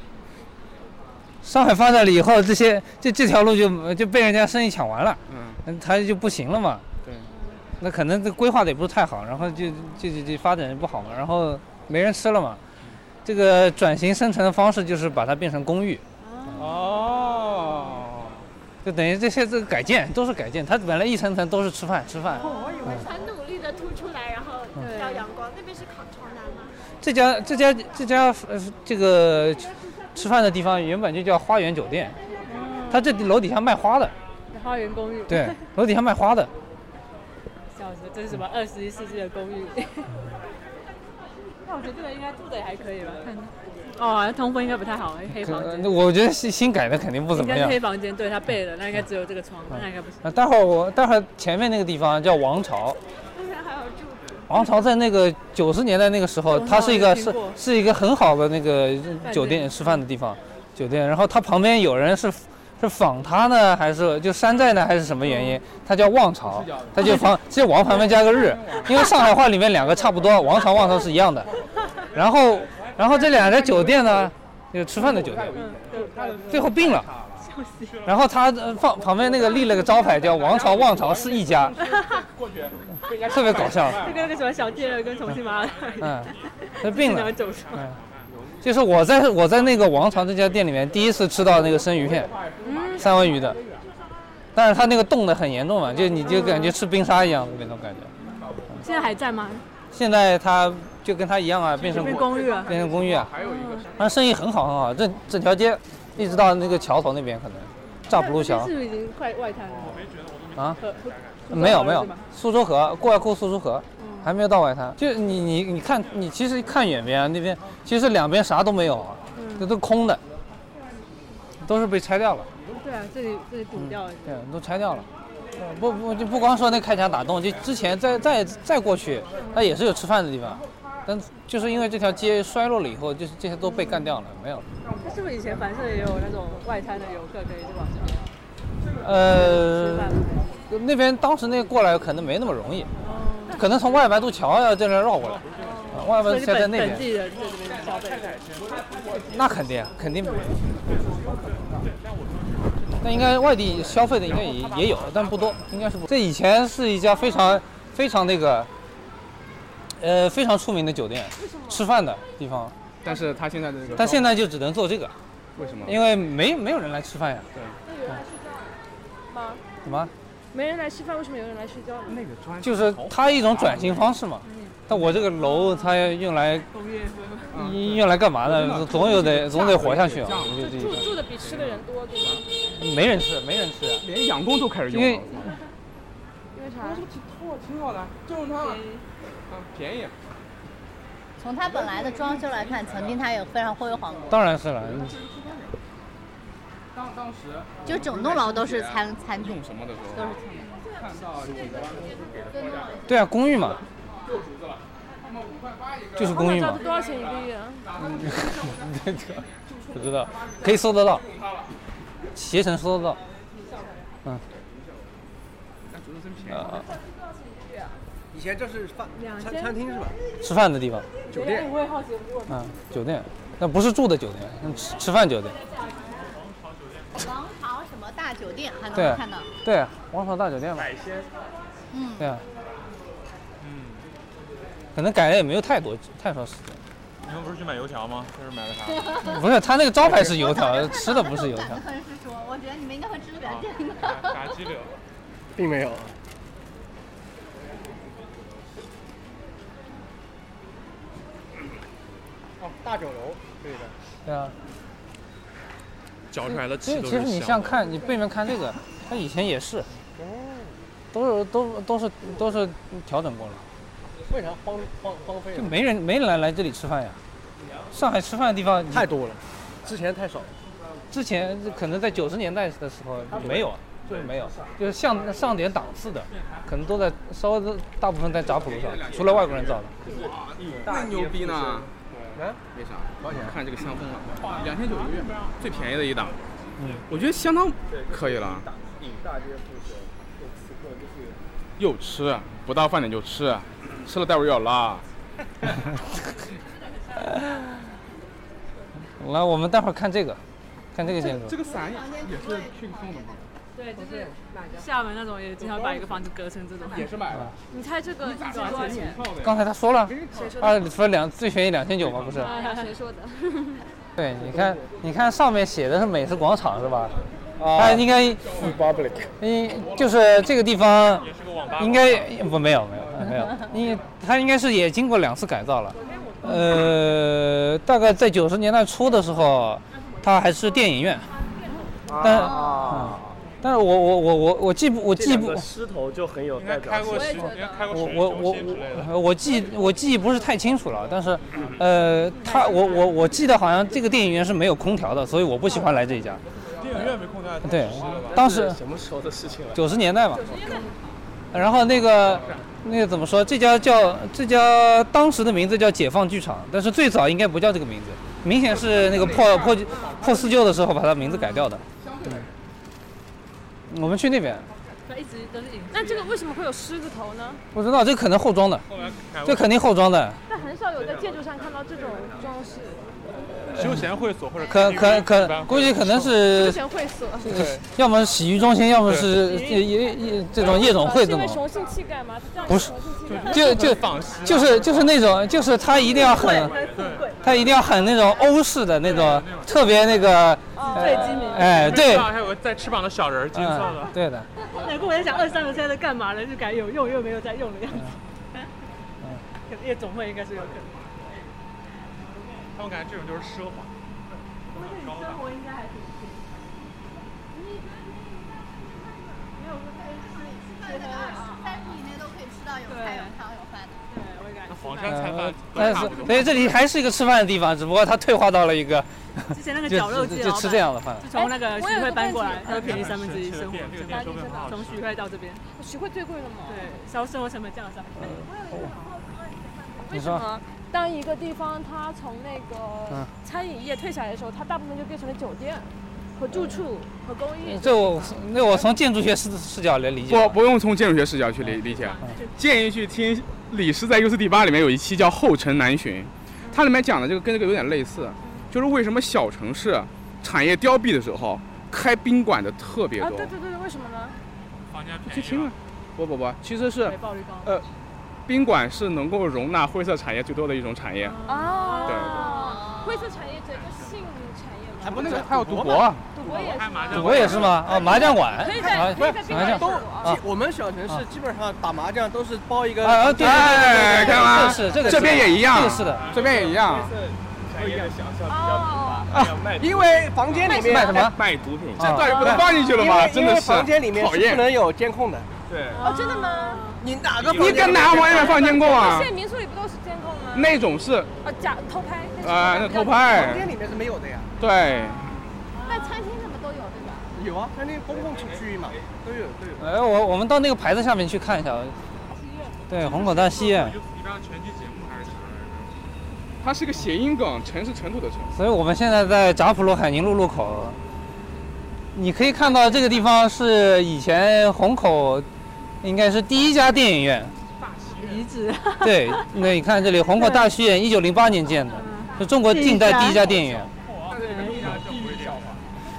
Speaker 1: 上海发展了以后，这些这这条路就就被人家生意抢完了，
Speaker 2: 嗯，
Speaker 1: 那它就不行了嘛。
Speaker 2: 对。
Speaker 1: 那可能这规划的也不是太好，然后就就就就发展的不好嘛，然后没人吃了嘛。这个转型生成的方式就是把它变成公寓，
Speaker 2: 哦，
Speaker 1: 就等于这些这个改建都是改建，它本来一层层都是吃饭吃饭。
Speaker 14: 我以为很努力的凸出来，然后照阳光。那边是烤朝南吗？
Speaker 1: 这家这家这家呃这个吃饭的地方原本就叫花园酒店，它这楼底下卖花的，
Speaker 4: 花园公寓。
Speaker 1: 对，楼底下卖花的。
Speaker 4: 笑死，这是什么二十一世纪的公寓？ 那我觉得这个应该住的也还可以吧，看。哦，好像通风应该不太好，黑房间。
Speaker 1: 可我觉得新新改的肯定不怎么
Speaker 4: 应该
Speaker 1: 样
Speaker 4: 是。黑房间，对，它背了，那应该只有这个窗，那应该不行。
Speaker 1: 啊，待会儿我待会儿前面那个地方叫王朝，
Speaker 14: 那边还有住的。
Speaker 1: 王朝在那个九十年代那个时候，它是一个
Speaker 4: 听
Speaker 1: 是
Speaker 4: 过
Speaker 1: 是一个很好的那个酒店
Speaker 4: 店
Speaker 1: 吃饭的地方，酒店。然后它旁边有人是是仿它呢，还是就山寨呢，还是什么原因？它叫望朝，它就旁这王旁边加个日，因为上海话里面两个差不多，王朝望朝是一样的。然后然后这两家酒店呢，就吃饭的酒店，最后并了。
Speaker 4: 笑死。
Speaker 1: 然后他呃放旁边那个立了个招牌，叫“王朝望朝是一家
Speaker 2: 过去，”，
Speaker 1: 特别搞笑。
Speaker 4: 这跟那个什么小店儿跟重庆麻辣烫一 样，
Speaker 1: 嗯，那病
Speaker 4: 两
Speaker 1: 了
Speaker 4: 个。走上。
Speaker 1: 嗯，就是我在我在那个王朝这家店里面第一次吃到那个生鱼片，
Speaker 4: 嗯
Speaker 1: 三文鱼的，但是它那个冻得很严重嘛，就你就感觉吃冰沙一样的那种感觉。
Speaker 4: 现在还在吗？
Speaker 1: 现在它就跟它一样啊，变成
Speaker 4: 变公寓了
Speaker 1: 变成公寓啊，
Speaker 2: 还有一个
Speaker 1: 它生意很好很好，这整条街一直到那个桥头那边可能，炸浦路桥
Speaker 4: 是不是已经快外滩了？
Speaker 1: 啊。
Speaker 4: 可
Speaker 1: 没有没有
Speaker 4: 是吧，嗯
Speaker 1: 苏州河过来过苏州河，还没有到外滩。就你你你看，你其实看远边啊，那边其实两边啥都没有啊，
Speaker 4: 嗯
Speaker 1: 这都空的，都是被拆掉了，
Speaker 4: 对啊，这里这里堵掉了。
Speaker 1: 对，都拆掉了。呃不不就不光说那开墙打洞，就之前再再再过去，它也是有吃饭的地方，但就是因为这条街衰落了以后，就是这些都被干掉了，没有了。
Speaker 4: 它是不是以前反正也有那种外滩的游客可以去往上？
Speaker 1: 呃，那边当时那个过来可能没那么容易，可能从外白渡桥要这样绕过来，啊外白
Speaker 4: 哦所
Speaker 1: 渡
Speaker 4: 以
Speaker 1: 桥在
Speaker 4: 本
Speaker 1: 那
Speaker 4: 本地
Speaker 1: 边，
Speaker 4: 人在这边消费。
Speaker 1: 那肯定肯定，那应该外地消费的应该也也有，但不多，应该是不。这以前是一家非常非常那个，呃，非常出名的酒店，吃饭的地方，
Speaker 2: 但是他现在的这个，
Speaker 1: 但现在就只能做这个，
Speaker 2: 为什么？
Speaker 1: 因为没没有人来吃饭呀，
Speaker 3: 那有人来睡觉吗？
Speaker 1: 怎么？
Speaker 3: 没人来吃饭，为什么有人来睡觉呢？
Speaker 2: 那个专
Speaker 1: 就是它一种转型方式嘛。但我这个楼它用来
Speaker 4: 工业风。
Speaker 1: 用来干嘛呢？总有得总得活下去啊！我就这
Speaker 3: 住
Speaker 1: 意
Speaker 3: 住的比吃的人多，对吧？
Speaker 1: 思，没人吃，没人吃，
Speaker 2: 连养工都开始
Speaker 1: 因为
Speaker 2: 用了，
Speaker 3: 因为啥？
Speaker 2: 我挺好的，就用它了，嗯，便宜。
Speaker 13: 从它本来的装修来看，曾经它也非常辉煌过，
Speaker 1: 当然是了。
Speaker 2: 当当时
Speaker 13: 就整栋楼都是餐餐厅，
Speaker 2: 什么的时候啊
Speaker 13: 都是餐厅。
Speaker 2: 看到这个
Speaker 1: 对啊，公寓嘛，
Speaker 2: 肉竹子了，那么五块八一个
Speaker 1: 就是公寓嘛
Speaker 3: 他们家多少钱一个月啊？
Speaker 1: 不知道，可以搜得到，携程搜得到。嗯，
Speaker 2: 竹子真便宜。
Speaker 5: 以前这是饭餐餐厅是吧？
Speaker 1: 吃饭的地方，
Speaker 5: 酒店
Speaker 4: 我也好奇，我
Speaker 1: 嗯，酒店，那不是住的酒店，那吃吃饭酒店，
Speaker 13: 王朝什么大酒店还
Speaker 1: 对
Speaker 13: 能看到？
Speaker 1: 对，啊王朝大酒店嘛，
Speaker 2: 鲜，
Speaker 13: 嗯，
Speaker 1: 对啊，可能改的也没有太多太长时间，
Speaker 9: 你们不是去买油 条吗？这是买的啥？
Speaker 1: 不是他那个招牌是油条，吃的不是油条
Speaker 13: 感，觉是说，我觉得你们应该会吃的比较健康。
Speaker 9: 炸鸡啊柳。
Speaker 5: 并没有。哦，大酒楼，对的。
Speaker 1: 对啊。
Speaker 9: 嚼出来的
Speaker 1: 其
Speaker 9: 气
Speaker 1: 实
Speaker 9: 都
Speaker 1: 其
Speaker 9: 是
Speaker 1: 实你
Speaker 9: 香
Speaker 1: 像
Speaker 9: 的。
Speaker 1: 看你背面看这个，它以前也是，都是都都是都是调整过了，
Speaker 5: 为啥荒荒荒废了？
Speaker 1: 就没人没人来来这里吃饭呀。上海吃饭的地方太
Speaker 5: 多了，之前太少了。
Speaker 1: 之前可能在九十年代的时候没有，就是没有，就是像上点档次的，可能都在稍微都大部分在闸浦路上，除了外国人造的。
Speaker 2: 那牛逼呢？嗯
Speaker 5: 啊？
Speaker 2: 为啥？多少钱？看这个香氛了，两千九一个月，最便宜的一档。
Speaker 1: 嗯，
Speaker 2: 我觉得相当可以了。
Speaker 5: 以大街附近，就此刻就是
Speaker 2: 又吃，不到饭点就吃，吃了待会儿又要拉。
Speaker 1: 来，我们待会儿看这个，看这个建筑。
Speaker 2: 这个伞也是迅送的吗？
Speaker 4: 对，就是厦门那种也经常把一个房子隔成这种，
Speaker 2: 也是买
Speaker 1: 了。
Speaker 4: 你猜这个多少钱？
Speaker 1: 刚才他说了
Speaker 4: 谁说，的
Speaker 1: 二说两最便宜两千九嘛，不是？
Speaker 4: 啊，谁说的？
Speaker 1: 对，你看，你看上面写的是美食广场是吧？
Speaker 6: 啊
Speaker 1: 它应该
Speaker 5: public，
Speaker 1: 应就是这个地方
Speaker 9: 吧
Speaker 1: 应该不没有没有没有，你它应该是也经过两次改造了，呃，大概在九十年代初的时候，它还是电影院，但嗯但是我我我我我记不我
Speaker 6: 啊这
Speaker 1: 记
Speaker 6: 两
Speaker 1: 不
Speaker 6: 个狮头就很有代表
Speaker 9: 开
Speaker 6: 性。
Speaker 9: 过十，应该开过
Speaker 1: 我
Speaker 9: 十
Speaker 1: 我我我我记我记忆不是太清楚了，但是，呃，他我我我记得好像这个电影院是没有空调的，所以我不喜欢来这一家。
Speaker 9: 电影院没空调，
Speaker 1: 对，当时
Speaker 6: 是什么时候的事情了？
Speaker 1: 九十年代嘛，然后那个那个怎么说？这家叫这家当时的名字叫解放剧场，但是最早应该不叫这个名字，明显是那个破破破四旧的时候把它名字改掉的。我们去那边
Speaker 4: 一直都是影。
Speaker 3: 那这个为什么会有狮子头呢？
Speaker 1: 不知道，这可能后装的，这肯定后装的。
Speaker 3: 但很少有在建筑上看到这种装饰。
Speaker 9: 休闲会所或者
Speaker 1: 可可可，估计可能是
Speaker 3: 休闲会所。
Speaker 1: 要么洗浴中心，要么是
Speaker 3: 对
Speaker 1: 夜夜夜这种夜总会
Speaker 3: 是
Speaker 1: 这
Speaker 3: 因为
Speaker 1: 种，
Speaker 3: 雄性气概吗？这样
Speaker 1: 不是
Speaker 3: 雄性气概
Speaker 1: 就就
Speaker 9: 啊
Speaker 1: 就是就是那种，就是他一定要很，他一定要很那种欧式的那种，特别那个，
Speaker 3: 哦
Speaker 4: 最机敏
Speaker 1: 哎，对，
Speaker 9: 还有个带翅膀的小人儿，金色的
Speaker 1: 嗯，。对的，
Speaker 4: 哎难怪我在想二三十岁在干嘛呢？就感觉有用又没有在用的样子。
Speaker 1: 嗯
Speaker 4: 可能夜总会应该是有可能。
Speaker 9: 他们感觉这种就是奢华。
Speaker 4: 生活应该还挺幸福
Speaker 8: 没有吃饭啊，三十以内都可以吃到有菜有汤有饭的。对，我也感觉。
Speaker 9: 黄山菜
Speaker 1: 呃
Speaker 9: 饭，
Speaker 1: 但是所以这里还是一个吃饭的地方，只不过它退化到了一个，
Speaker 4: 之前那个
Speaker 1: 就
Speaker 4: 绞肉
Speaker 1: 就
Speaker 4: 机的
Speaker 1: 就
Speaker 4: 老
Speaker 1: 吃
Speaker 4: 板
Speaker 1: 这样的饭，
Speaker 4: 自从那个
Speaker 3: 哎
Speaker 4: 徐
Speaker 3: 我有
Speaker 4: 汇
Speaker 3: 个
Speaker 4: 搬
Speaker 3: 问
Speaker 4: 过
Speaker 3: 题
Speaker 4: 来，他就便宜三分之一
Speaker 9: 这个
Speaker 4: 生活
Speaker 9: 店这个
Speaker 4: 成
Speaker 9: 店说
Speaker 4: 本
Speaker 9: 明很好，
Speaker 4: 从徐汇到这边，
Speaker 3: 徐汇最贵了吗？
Speaker 4: 对，消生活成本降了三分之一。
Speaker 1: 你
Speaker 3: 为什
Speaker 1: 说
Speaker 3: 么当一个地方它从那个
Speaker 1: 嗯
Speaker 3: 餐饮业退下来的时候，它大部分就变成了酒店和住处和公
Speaker 1: 嗯
Speaker 3: 寓？啊
Speaker 1: 这我那我从建筑学视视角来理解，
Speaker 2: 不不用从建筑学视角去理理解，建议去听李师在 U C D 八里面有一期叫《后城南巡》，它里面讲的这个跟这个有点类似，就是为什么小城市产业凋敝的时候开宾馆的特别
Speaker 3: 啊，
Speaker 2: 多
Speaker 3: 对。对对，为什么呢？
Speaker 9: 房价
Speaker 2: 去听啊，不不不，其实是
Speaker 4: 回报率高。
Speaker 2: 呃，宾馆是能够容纳灰色产业最多的一种产
Speaker 9: 啊
Speaker 2: 业。
Speaker 3: 哦，啊灰色产业整个性产业
Speaker 5: 哎
Speaker 3: 吧，
Speaker 2: 还不那个还有赌博啊，
Speaker 3: 赌博也是吗，
Speaker 1: 赌博也是吗？哦，麻将馆，
Speaker 3: 可以在
Speaker 1: 麻
Speaker 3: 可以在宾
Speaker 1: 麻
Speaker 3: 馆
Speaker 1: 将
Speaker 3: 赌
Speaker 1: 馆
Speaker 3: 博
Speaker 1: 啊
Speaker 5: 哎都，我们小城
Speaker 6: 啊
Speaker 5: 市基本上打麻将都是包一个哎
Speaker 1: 啊啊对对对对对
Speaker 2: 看到
Speaker 1: 这
Speaker 2: 吗？
Speaker 1: 是这个是
Speaker 2: 哎这边也一样，
Speaker 1: 这个是的，
Speaker 2: 这边也一
Speaker 9: 哦
Speaker 2: 样。
Speaker 5: 不一样想象比较贫乏，还有卖毒品因为房间里面
Speaker 2: 卖什么
Speaker 5: 卖毒品
Speaker 2: 这段也
Speaker 1: 啊
Speaker 2: 不能放进去了吧
Speaker 5: 因为
Speaker 2: 真的是
Speaker 5: 因为房间里面
Speaker 2: 讨
Speaker 5: 是
Speaker 2: 厌
Speaker 5: 不能有监控的。对，
Speaker 3: 哦，真的
Speaker 4: 嗯
Speaker 3: 吗？
Speaker 5: 你哪个
Speaker 2: 你敢拿我也没放监控啊
Speaker 3: 现在民宿里不都是监控吗？
Speaker 2: 那种是
Speaker 3: 啊，假偷拍。
Speaker 2: 啊，那偷
Speaker 5: 房间
Speaker 2: 拍，
Speaker 5: 里面是没有的呀。
Speaker 2: 对，
Speaker 8: 那餐厅什么都有对吧？
Speaker 5: 有啊，餐厅公共区域嘛，都有都有。
Speaker 1: 哎，我我们到那个牌子下面去看一下，对，虹口大戏院。
Speaker 9: 一般拳击节目还是啥来着？
Speaker 2: 它是个谐音梗，城是尘土的城。
Speaker 1: 所以我们现在在闸浦路海宁路路口，你可以看到这个地方是以前虹口应该是第一家电影院。
Speaker 4: 遗址。
Speaker 1: 对，那你看这里，虹口大剧院一九零八年建的，是中国近代第一家电影院。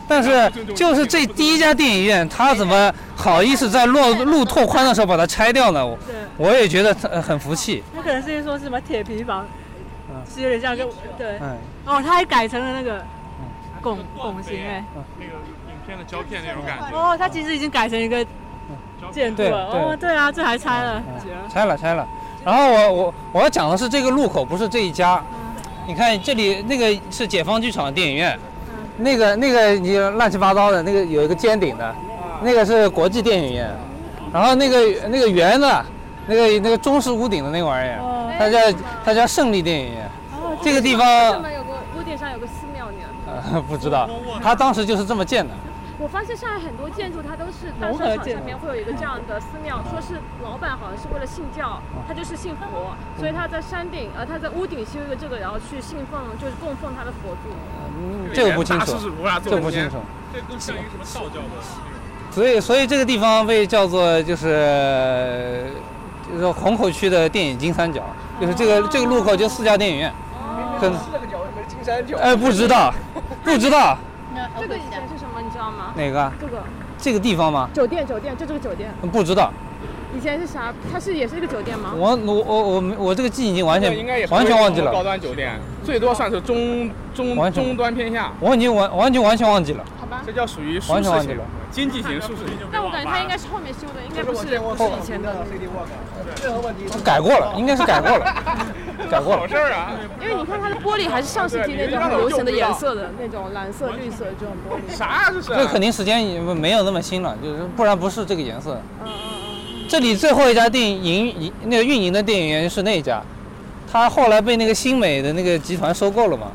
Speaker 1: 但是就是这第一家电影院，他怎么好意思在路路拓宽的时候把它拆掉呢？我
Speaker 4: 对
Speaker 1: 我也觉得他很服气。
Speaker 4: 那可能是说是什么铁皮房，
Speaker 1: 嗯
Speaker 4: 是有点像个对。
Speaker 1: 嗯
Speaker 4: 哦，他还改成了那个拱拱形哎。
Speaker 9: 那个影片的胶片那种感觉。
Speaker 4: 哦，他其实已经改成一个建筑
Speaker 1: 对
Speaker 4: 了。
Speaker 1: 嗯对
Speaker 4: 哦，对啊，这还拆了，绝了。
Speaker 1: 拆了拆了。然后我我我要讲的是这个路口，不是这一家。你看这里那个是解放剧场的电影院，那个那个你乱七八糟的，那个有一个尖顶的，那个是国际电影院，然后那个那个圆的，那个那个中式屋顶的那玩意儿，它叫它叫胜利电影院。哦这个地
Speaker 15: 上
Speaker 1: 方
Speaker 15: 面有个屋顶上有个寺庙呢。
Speaker 1: 呃 不知道，他当时就是这么建的。
Speaker 15: 我发现上海很多建筑它都是大
Speaker 1: 融合
Speaker 15: 商场
Speaker 1: 建
Speaker 15: 下面会有一个这样的寺庙，说是老板好像是为了信教，
Speaker 4: 嗯
Speaker 15: 他就是信佛，所以他在山顶呃他在屋顶修一个这个，然后去信奉就是供奉他的佛祖。
Speaker 1: 嗯这个不清
Speaker 9: 大
Speaker 1: 楚
Speaker 9: 势至如啊，，
Speaker 1: 这个不清楚。
Speaker 9: 这更像一个什么道教的。
Speaker 1: 所以，所以这个地方被叫做就是就是虹口区的电影金三角，就是这个这个路口就四家电影院，跟
Speaker 11: 四个角，有没有金三角？
Speaker 1: 啊哎不知道，不知道
Speaker 15: 这个以前是什么你知道吗？
Speaker 1: 哪个
Speaker 15: 这个
Speaker 1: 这个地方吗？
Speaker 15: 酒店酒店，就这个酒店，
Speaker 1: 不知道，
Speaker 15: 以前是啥？它是也是一个酒店吗？
Speaker 1: 我我我我没我这个记忆已经完全
Speaker 2: 应该也是
Speaker 1: 完全忘记
Speaker 2: 高
Speaker 1: 了，
Speaker 2: 端酒店最多算是中中
Speaker 1: 完全
Speaker 2: 中端偏下，
Speaker 1: 我已经完完全完全忘记了，
Speaker 2: 这叫属于舒
Speaker 1: 完
Speaker 2: 适
Speaker 1: 全忘记
Speaker 2: 型
Speaker 1: 了，
Speaker 2: 经济型舒适型。
Speaker 15: 但我感觉它应该是后面修的，应该不是不是以前的。
Speaker 11: 任何问题
Speaker 1: 哦改过了，应该是改过了， 改过了。
Speaker 2: 啊！
Speaker 15: 因为你看它的玻璃还是上世纪那种很流行的颜色的那种蓝色、绿色这种玻璃。
Speaker 2: 啥这
Speaker 4: 啊
Speaker 1: 这肯定时间也没有那么新了，就是不然不是这个颜色。
Speaker 4: 嗯
Speaker 1: 这里最后一家电影营那个运营的电影院是那一家，它后来被那个新美的那个集团收购了嘛，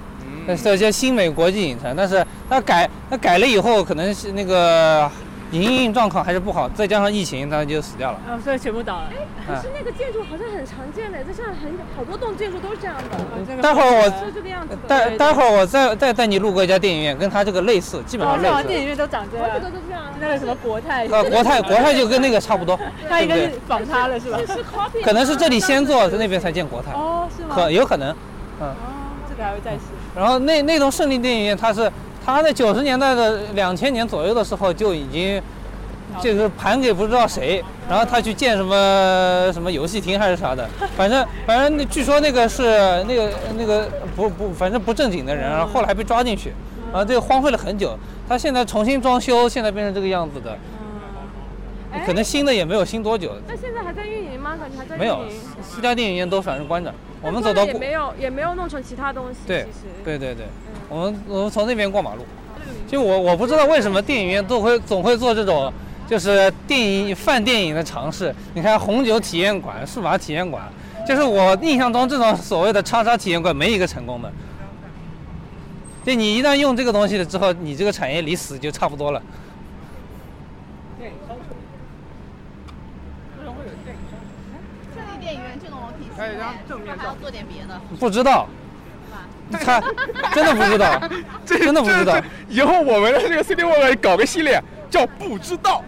Speaker 1: 那
Speaker 4: 嗯
Speaker 1: 叫叫新美国际影城。但是它改它改了以后，可能是那个营运状况还是不好，再加上疫情，它就死掉了。啊
Speaker 4: 啊，所以全部倒了。
Speaker 15: 可是那个建筑好像很常见的，在上海很好多栋建筑都是这样的。
Speaker 1: 待会儿我
Speaker 15: 是这个样子的。
Speaker 1: 待待会儿我再再带你路过一家电影院，跟它这个类似，基本上
Speaker 4: 哦，
Speaker 1: 类
Speaker 4: 上海
Speaker 1: 似。
Speaker 4: 电影院都长这样，
Speaker 15: 哦这个都这样。
Speaker 4: 那个什么国泰，
Speaker 1: 呃，国泰国泰就跟那个差不多，
Speaker 4: 他
Speaker 1: 对
Speaker 4: 应
Speaker 1: 不
Speaker 4: 该
Speaker 1: 对
Speaker 4: 是？仿他了是吧？
Speaker 15: 是 copy
Speaker 1: 可能是这里先做，在那边才建国泰，
Speaker 4: 哦，是吗？
Speaker 1: 可有可能，嗯。
Speaker 4: 这个还会再试。
Speaker 1: 然后那那栋胜利电影院，它是它在九十年代的两千年左右的时候就已经，就是盘给不知道谁，然后他去建什么什么游戏厅还是啥的，反正反正那据说那个是那个那个不不反正不正经的人，然后后来被抓进去，然后这个荒废了很久，他现在重新装修，现在变成这个样子的，可能新的也没有新多久，
Speaker 15: 嗯哎那现在还在运营吗？感觉还在运营。
Speaker 1: 没
Speaker 3: 嗯
Speaker 1: 有四家电影院都反正关着，我们走
Speaker 15: 到
Speaker 1: 到
Speaker 15: 也
Speaker 1: 过
Speaker 15: 没有也没有弄成其他东西。
Speaker 1: 对
Speaker 15: 其实嗯
Speaker 1: 对对对，我们我们从那边过马路。就我我不知道为什么电影院都会总会做这种，就是电影泛电影的尝试。你看红酒体验馆、数码体验馆，就是我印象中这种所谓的叉叉体验馆没一个成功的。就你一旦用这个东西了之后，你这个产业离死就差不多了。
Speaker 8: 电影商场。为什么会有电影商
Speaker 13: 这
Speaker 8: 场？
Speaker 13: 里电影院这种我挺喜
Speaker 8: 哎然后
Speaker 13: 欢，
Speaker 8: 正面
Speaker 13: 他还要做点别的。
Speaker 1: 不知道，他真的不知道，真的不知道。
Speaker 2: 以后我们的这个 City Walk 搞个系列叫“不知道”，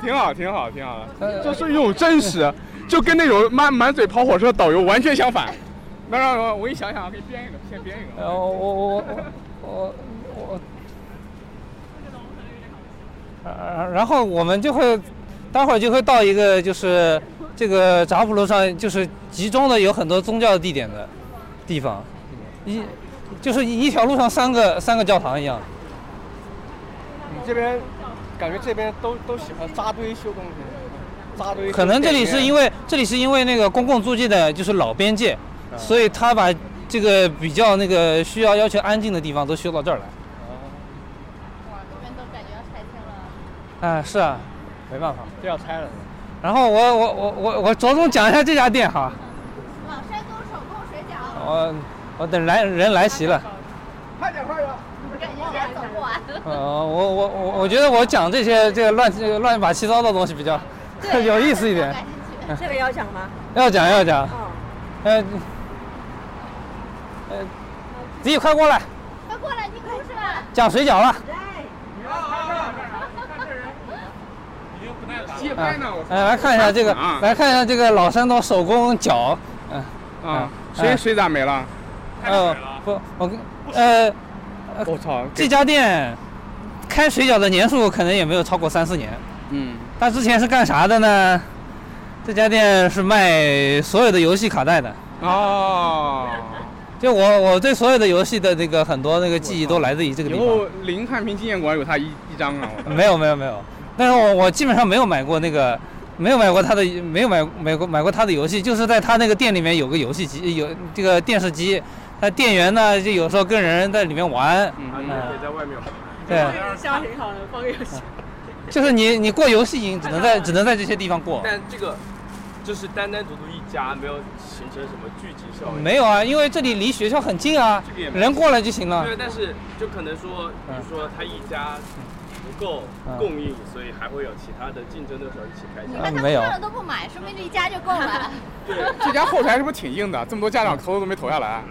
Speaker 2: 挺好，挺好，挺好的。就是一种真实，就跟那种满满嘴跑火车的导游完全相反。那让我我一想想，给你编一个，先编一个。
Speaker 1: 呃，我我我我我我。呃，然后我们就会，待会儿就会到一个就是这个闸浦路上，就是集中的有很多宗教地点的地方，一就是一条路上三个三个教堂一样。
Speaker 5: 你这边感觉这边都都喜欢扎堆修东西，扎堆。
Speaker 1: 可能这里是因为这里是因为那个公共租界的就是老边界，所以他把这个比较那个需要要求安静的地方都修到这儿来。
Speaker 13: 哇，这边都感觉要拆迁了。
Speaker 1: 啊，是啊，没办法。
Speaker 5: 就要拆了。
Speaker 1: 然后我我我我我着重讲一下这家店哈，
Speaker 8: 老山沟手工水饺，
Speaker 1: 我我等来人来齐了，
Speaker 8: 快点快点！我感觉现在走不完。
Speaker 1: 呃，我我我我觉得我讲这些这个乱这个乱七八七糟的东西比较 有意思一 点，嗯
Speaker 7: 这个要讲吗？
Speaker 1: 要讲要讲，呃呃，子怡快过来
Speaker 8: 快过来听故事了。
Speaker 2: 哎
Speaker 1: 讲水饺了，
Speaker 8: 来。
Speaker 9: 已经不耐烦
Speaker 2: 街
Speaker 1: 啊
Speaker 2: 拍呢，我，操
Speaker 1: 哎，来看一下这个，来看一下这个老山东手工脚，嗯
Speaker 2: 啊，谁谁咋没了？
Speaker 1: 呃，不，我跟呃，
Speaker 2: 我操，
Speaker 1: 这家店开水饺的年数可能也没有超过三四年。
Speaker 2: 嗯，
Speaker 1: 他之前是干啥的呢？这家店是卖所有的游戏卡带的。
Speaker 2: 哦，
Speaker 1: 就我我对所有的游戏的那个很多那个记忆都来自于这个
Speaker 2: 以
Speaker 1: 地方。呃
Speaker 2: 后林汉平纪念馆有他一一张啊，我操
Speaker 1: 没有没有没有，但是我我基本上没有买过那个，没有买过他的，没有买买过买过他的游戏，就是在他那个店里面有个游戏机，有这个电视机，那店员呢就有时候跟人在里面玩，嗯
Speaker 6: 啊，你也可以在外面玩。
Speaker 1: 对，
Speaker 4: 下挺好的，放个游戏。
Speaker 1: 就是你你过游戏瘾只能在只能在这些地方过。
Speaker 6: 但这个就是单单独独一家，没有形成什么聚集效应。
Speaker 1: 没有啊，因为这里离学校很近啊
Speaker 6: 这个也，没有
Speaker 1: 人过来就行了。
Speaker 6: 对，但是就可能说，比如说他一家不够
Speaker 1: 嗯
Speaker 6: 供应，所以还会有其他的竞争对手一起开
Speaker 13: 你
Speaker 6: 价。
Speaker 13: 看他
Speaker 1: 啊没有
Speaker 13: 算了都不买，说明这一家就够 了。
Speaker 2: 这家后台是不是挺硬的？这么多家长投都没投下来。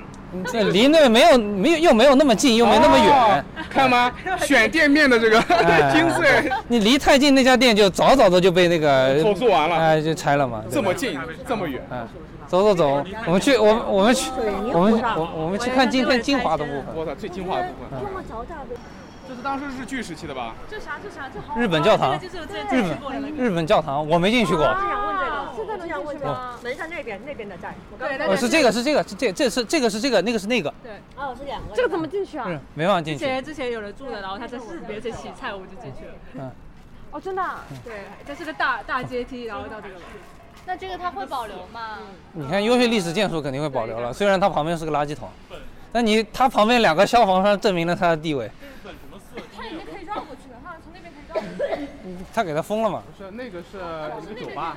Speaker 1: 这离那没有没有又没有那么近，又没那么远，
Speaker 2: 哦
Speaker 1: 啊
Speaker 2: 看吗？选店面的这个
Speaker 1: 哎
Speaker 2: 精髓，
Speaker 1: 你离太近那家店就早早的就被那个
Speaker 2: 投诉完了
Speaker 1: 哎，就拆了嘛。对吧
Speaker 2: 这么近，这么远，
Speaker 1: 嗯，走走走，我们去，我们我们去，我们我我们去看今天精华的部分。
Speaker 2: 我操，最精华的部分，
Speaker 14: 么早找的，
Speaker 7: 哦
Speaker 2: 这是当时日剧时期的吧？
Speaker 14: 这啥这啥这好
Speaker 1: 日本教堂，
Speaker 14: 这
Speaker 1: 日
Speaker 14: 个就是我最最去过的那
Speaker 1: 本
Speaker 14: 个
Speaker 1: 日本教堂，我没进去过。
Speaker 7: 想问这个，
Speaker 14: 现在能
Speaker 7: 想问这
Speaker 1: 进去
Speaker 7: 个
Speaker 1: 吗，
Speaker 7: 门上那边那边的在，我
Speaker 14: 对
Speaker 1: 哦，是这个，是这个，是这这是这个是这个，那个是那个，
Speaker 4: 对，
Speaker 7: 哦，是两个，
Speaker 15: 这个怎么进去啊？
Speaker 1: 是没办法
Speaker 4: 之
Speaker 1: 进去。
Speaker 4: 前之前有人住的，然后他在日别这洗菜，我就进去了。
Speaker 1: 嗯，
Speaker 15: 哦，真的啊？
Speaker 4: 对，这是个大大阶梯，然后到这个楼。
Speaker 13: 那这个他会保留吗？
Speaker 1: 你看优秀历史建筑肯定会保留了，虽然它旁边是个垃圾桶，但你它旁边两个消防栓证明了它的地位，
Speaker 15: 它里面可以绕过去的，它从那边可以绕过去。
Speaker 1: 它给它封了嘛？
Speaker 2: 不是那个是一个酒吧，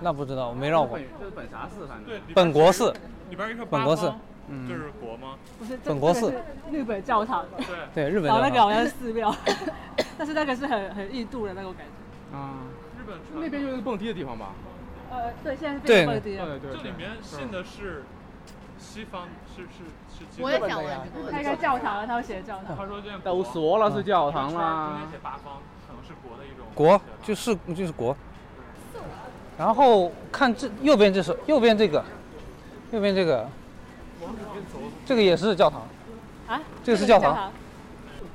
Speaker 1: 那不知道，我没绕过。
Speaker 2: 这是本啥寺？反正
Speaker 1: 本国寺，
Speaker 9: 里边一个八
Speaker 1: 本国嗯寺
Speaker 9: 方，就是国吗？
Speaker 4: 不是，这
Speaker 1: 本国寺
Speaker 4: 这个是日本 教堂。
Speaker 1: 对日本
Speaker 4: 然后
Speaker 1: 教
Speaker 4: 那个好像
Speaker 1: 堂
Speaker 4: 是。寺庙，但是那个是很很印度的那种感觉。
Speaker 2: 啊，日本那边就是蹦迪的地方吧？
Speaker 4: 呃，对，现在是
Speaker 1: 对
Speaker 4: 变本地
Speaker 2: 对对
Speaker 9: 这
Speaker 2: 对
Speaker 9: 里面信的是西方，是是是基督教。
Speaker 4: 我也想问这个问题那个教堂他们写的教堂
Speaker 9: 他说这样
Speaker 2: 都说了是教堂
Speaker 9: 中
Speaker 2: 啦
Speaker 9: 间，写八方，可能是国的一种。
Speaker 1: 国就是就是国，然后看这右边这是右边这个，右边这个，这个也是教堂。
Speaker 4: 啊，
Speaker 1: 这个是教堂。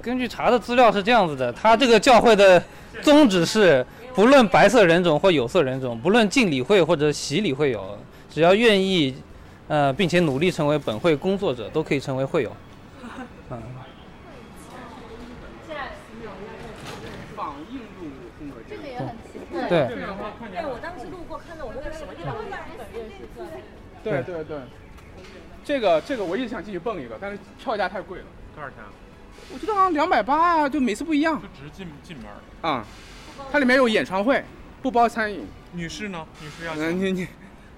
Speaker 1: 根据查的资料是这样子的，它这个教会的宗旨是，不论白色人种或有色人种，不论敬礼会或者洗礼会友，只要愿意，呃，并且努力成为本会工作者，都可以成为会友。嗯，
Speaker 2: 仿印度风格，这个也
Speaker 13: 很奇
Speaker 1: 怪对
Speaker 7: 哎，我当时路过看到我那个什么地方，
Speaker 2: 对对对，这个这个我一直想进去蹦一个，但是票价太贵了。
Speaker 9: 多少钱？啊
Speaker 2: 我觉得好像两百八，就每次不一样
Speaker 9: 就只是进进门儿。
Speaker 2: 啊、它里面有演唱会，不包餐饮。
Speaker 9: 女士呢？女士要
Speaker 2: 嗯、你你，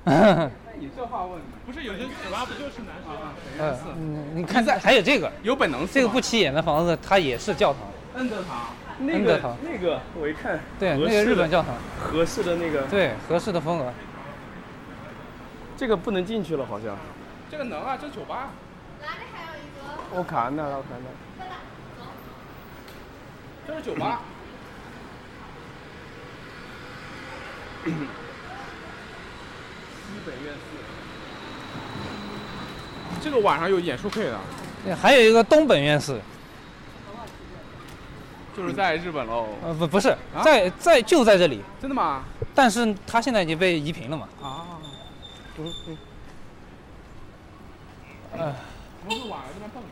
Speaker 2: 哎
Speaker 9: 你这话问的。不是有些酒吧不就是男生吗？
Speaker 1: 呃，嗯你看还有这个，
Speaker 2: 有本能，
Speaker 1: 这个不起眼的房子，它也是教堂。
Speaker 2: 恩德堂，
Speaker 6: 那
Speaker 1: 恩德
Speaker 6: 个
Speaker 1: 堂
Speaker 6: 那个，我一看，
Speaker 1: 对，
Speaker 6: 合
Speaker 1: 那
Speaker 6: 适
Speaker 1: 个
Speaker 6: 的
Speaker 1: 日本教堂，
Speaker 6: 合适的那个，
Speaker 1: 对，合适的风格。
Speaker 6: 这个不能进去了，好像。
Speaker 2: 这个能啊，这酒吧。
Speaker 6: 我看到了，我看到了。
Speaker 2: 这是酒吧。西北院寺。这个晚上有演出会的，
Speaker 1: 对还有一个东本院寺，
Speaker 2: 就是在日本喽。
Speaker 1: 呃，不不是，
Speaker 6: 啊
Speaker 1: 在在就在这里，
Speaker 2: 真的吗？
Speaker 1: 但是它现在已经被移平了嘛。
Speaker 2: 啊。
Speaker 1: 嗯嗯。
Speaker 2: 哎
Speaker 1: 呃，
Speaker 2: 不是晚上这边蹦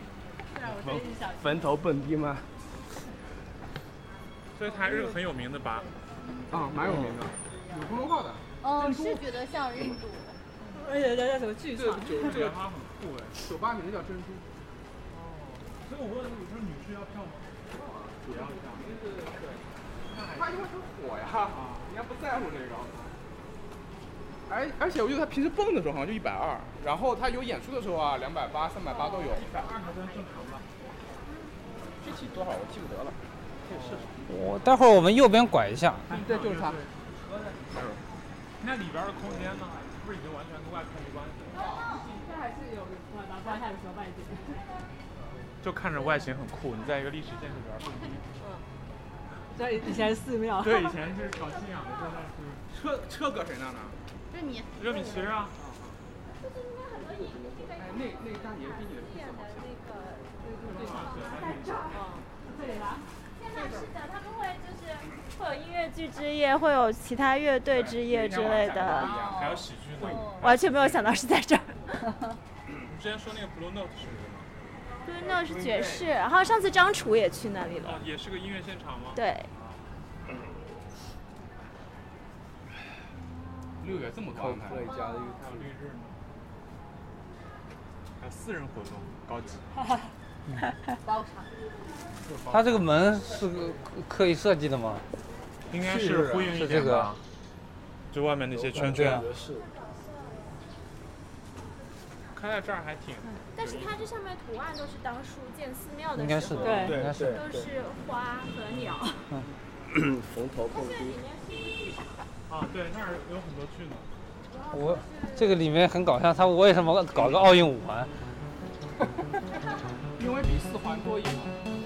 Speaker 2: 迪，
Speaker 6: 坟坟头蹦迪吗？
Speaker 9: 所以它还是个很有名的吧。
Speaker 2: 啊，蛮有名的，有公众号的。
Speaker 13: 嗯，是觉得像印度。
Speaker 4: 而且叫叫什么剧
Speaker 2: 这个
Speaker 4: 场？
Speaker 2: 酒这个它很酷哎，酒吧名字叫珍珠。
Speaker 9: 所以我问，我说女士要票吗？不要票。
Speaker 2: 哎他因为很火呀，人家不在乎这个。而哎而且我觉得他平时蹦的时候好像就一百二，然后他有演出的时候啊，两百八、三百八都有。哦一百二还算正常吧？具体多少我记不得了，可以试试。
Speaker 1: 我待会儿我们右边拐一下，
Speaker 2: 对，就是他。
Speaker 9: 那里边的空间呢？不是已经完全跟外面没关系了？
Speaker 4: 这还是有我拿观看的时候半点。
Speaker 9: 就看着外形很酷，你在一个历史建筑里边蹦迪。
Speaker 4: 对，以前寺庙。
Speaker 9: 对，以前是搞信仰的，现在是。
Speaker 2: 车车搁谁那呢？
Speaker 8: 热米。
Speaker 9: 热米奇啊。
Speaker 2: 哎，那那个大爷比你的披萨好像。
Speaker 9: 那
Speaker 7: 在
Speaker 9: 个。
Speaker 7: 这儿。对了。现在是的，他们会就是会有音乐剧之夜，会有其他乐队之夜之类的。
Speaker 9: 还有喜剧
Speaker 4: 嗯
Speaker 9: 的。
Speaker 7: 完全没有想到是在这儿。
Speaker 9: 你之前说那个 Blue Note 是什么？
Speaker 7: 对，那是爵士。然后上次张楚也去那里了
Speaker 9: 哦。，也是个音乐现场吗？
Speaker 7: 对。
Speaker 2: 六月这么
Speaker 1: 哦
Speaker 2: 高呢？
Speaker 9: Coldplay 加的 YouTube 还有励志呢，还有私人活动，高级。
Speaker 8: 包场。
Speaker 1: 它这个门是个刻意设计的吗？
Speaker 9: 应该是呼应
Speaker 1: 是
Speaker 9: 一
Speaker 1: 这
Speaker 9: 点
Speaker 1: 个
Speaker 9: 吧，，就外面那些圈
Speaker 1: 嗯对
Speaker 9: 圈
Speaker 1: 啊。
Speaker 9: 开在这儿还挺。
Speaker 16: 但是它这上面图案都是当初建寺庙的
Speaker 1: 应该
Speaker 16: 时候，
Speaker 1: 是的对应该是的
Speaker 16: 都是花和鸟。
Speaker 17: 缝头碰钉。
Speaker 9: 啊，对，那儿有很多剧呢。
Speaker 1: 我这个里面很搞笑，他为什么搞个奥运五环？
Speaker 2: 因为比四环多一嘛。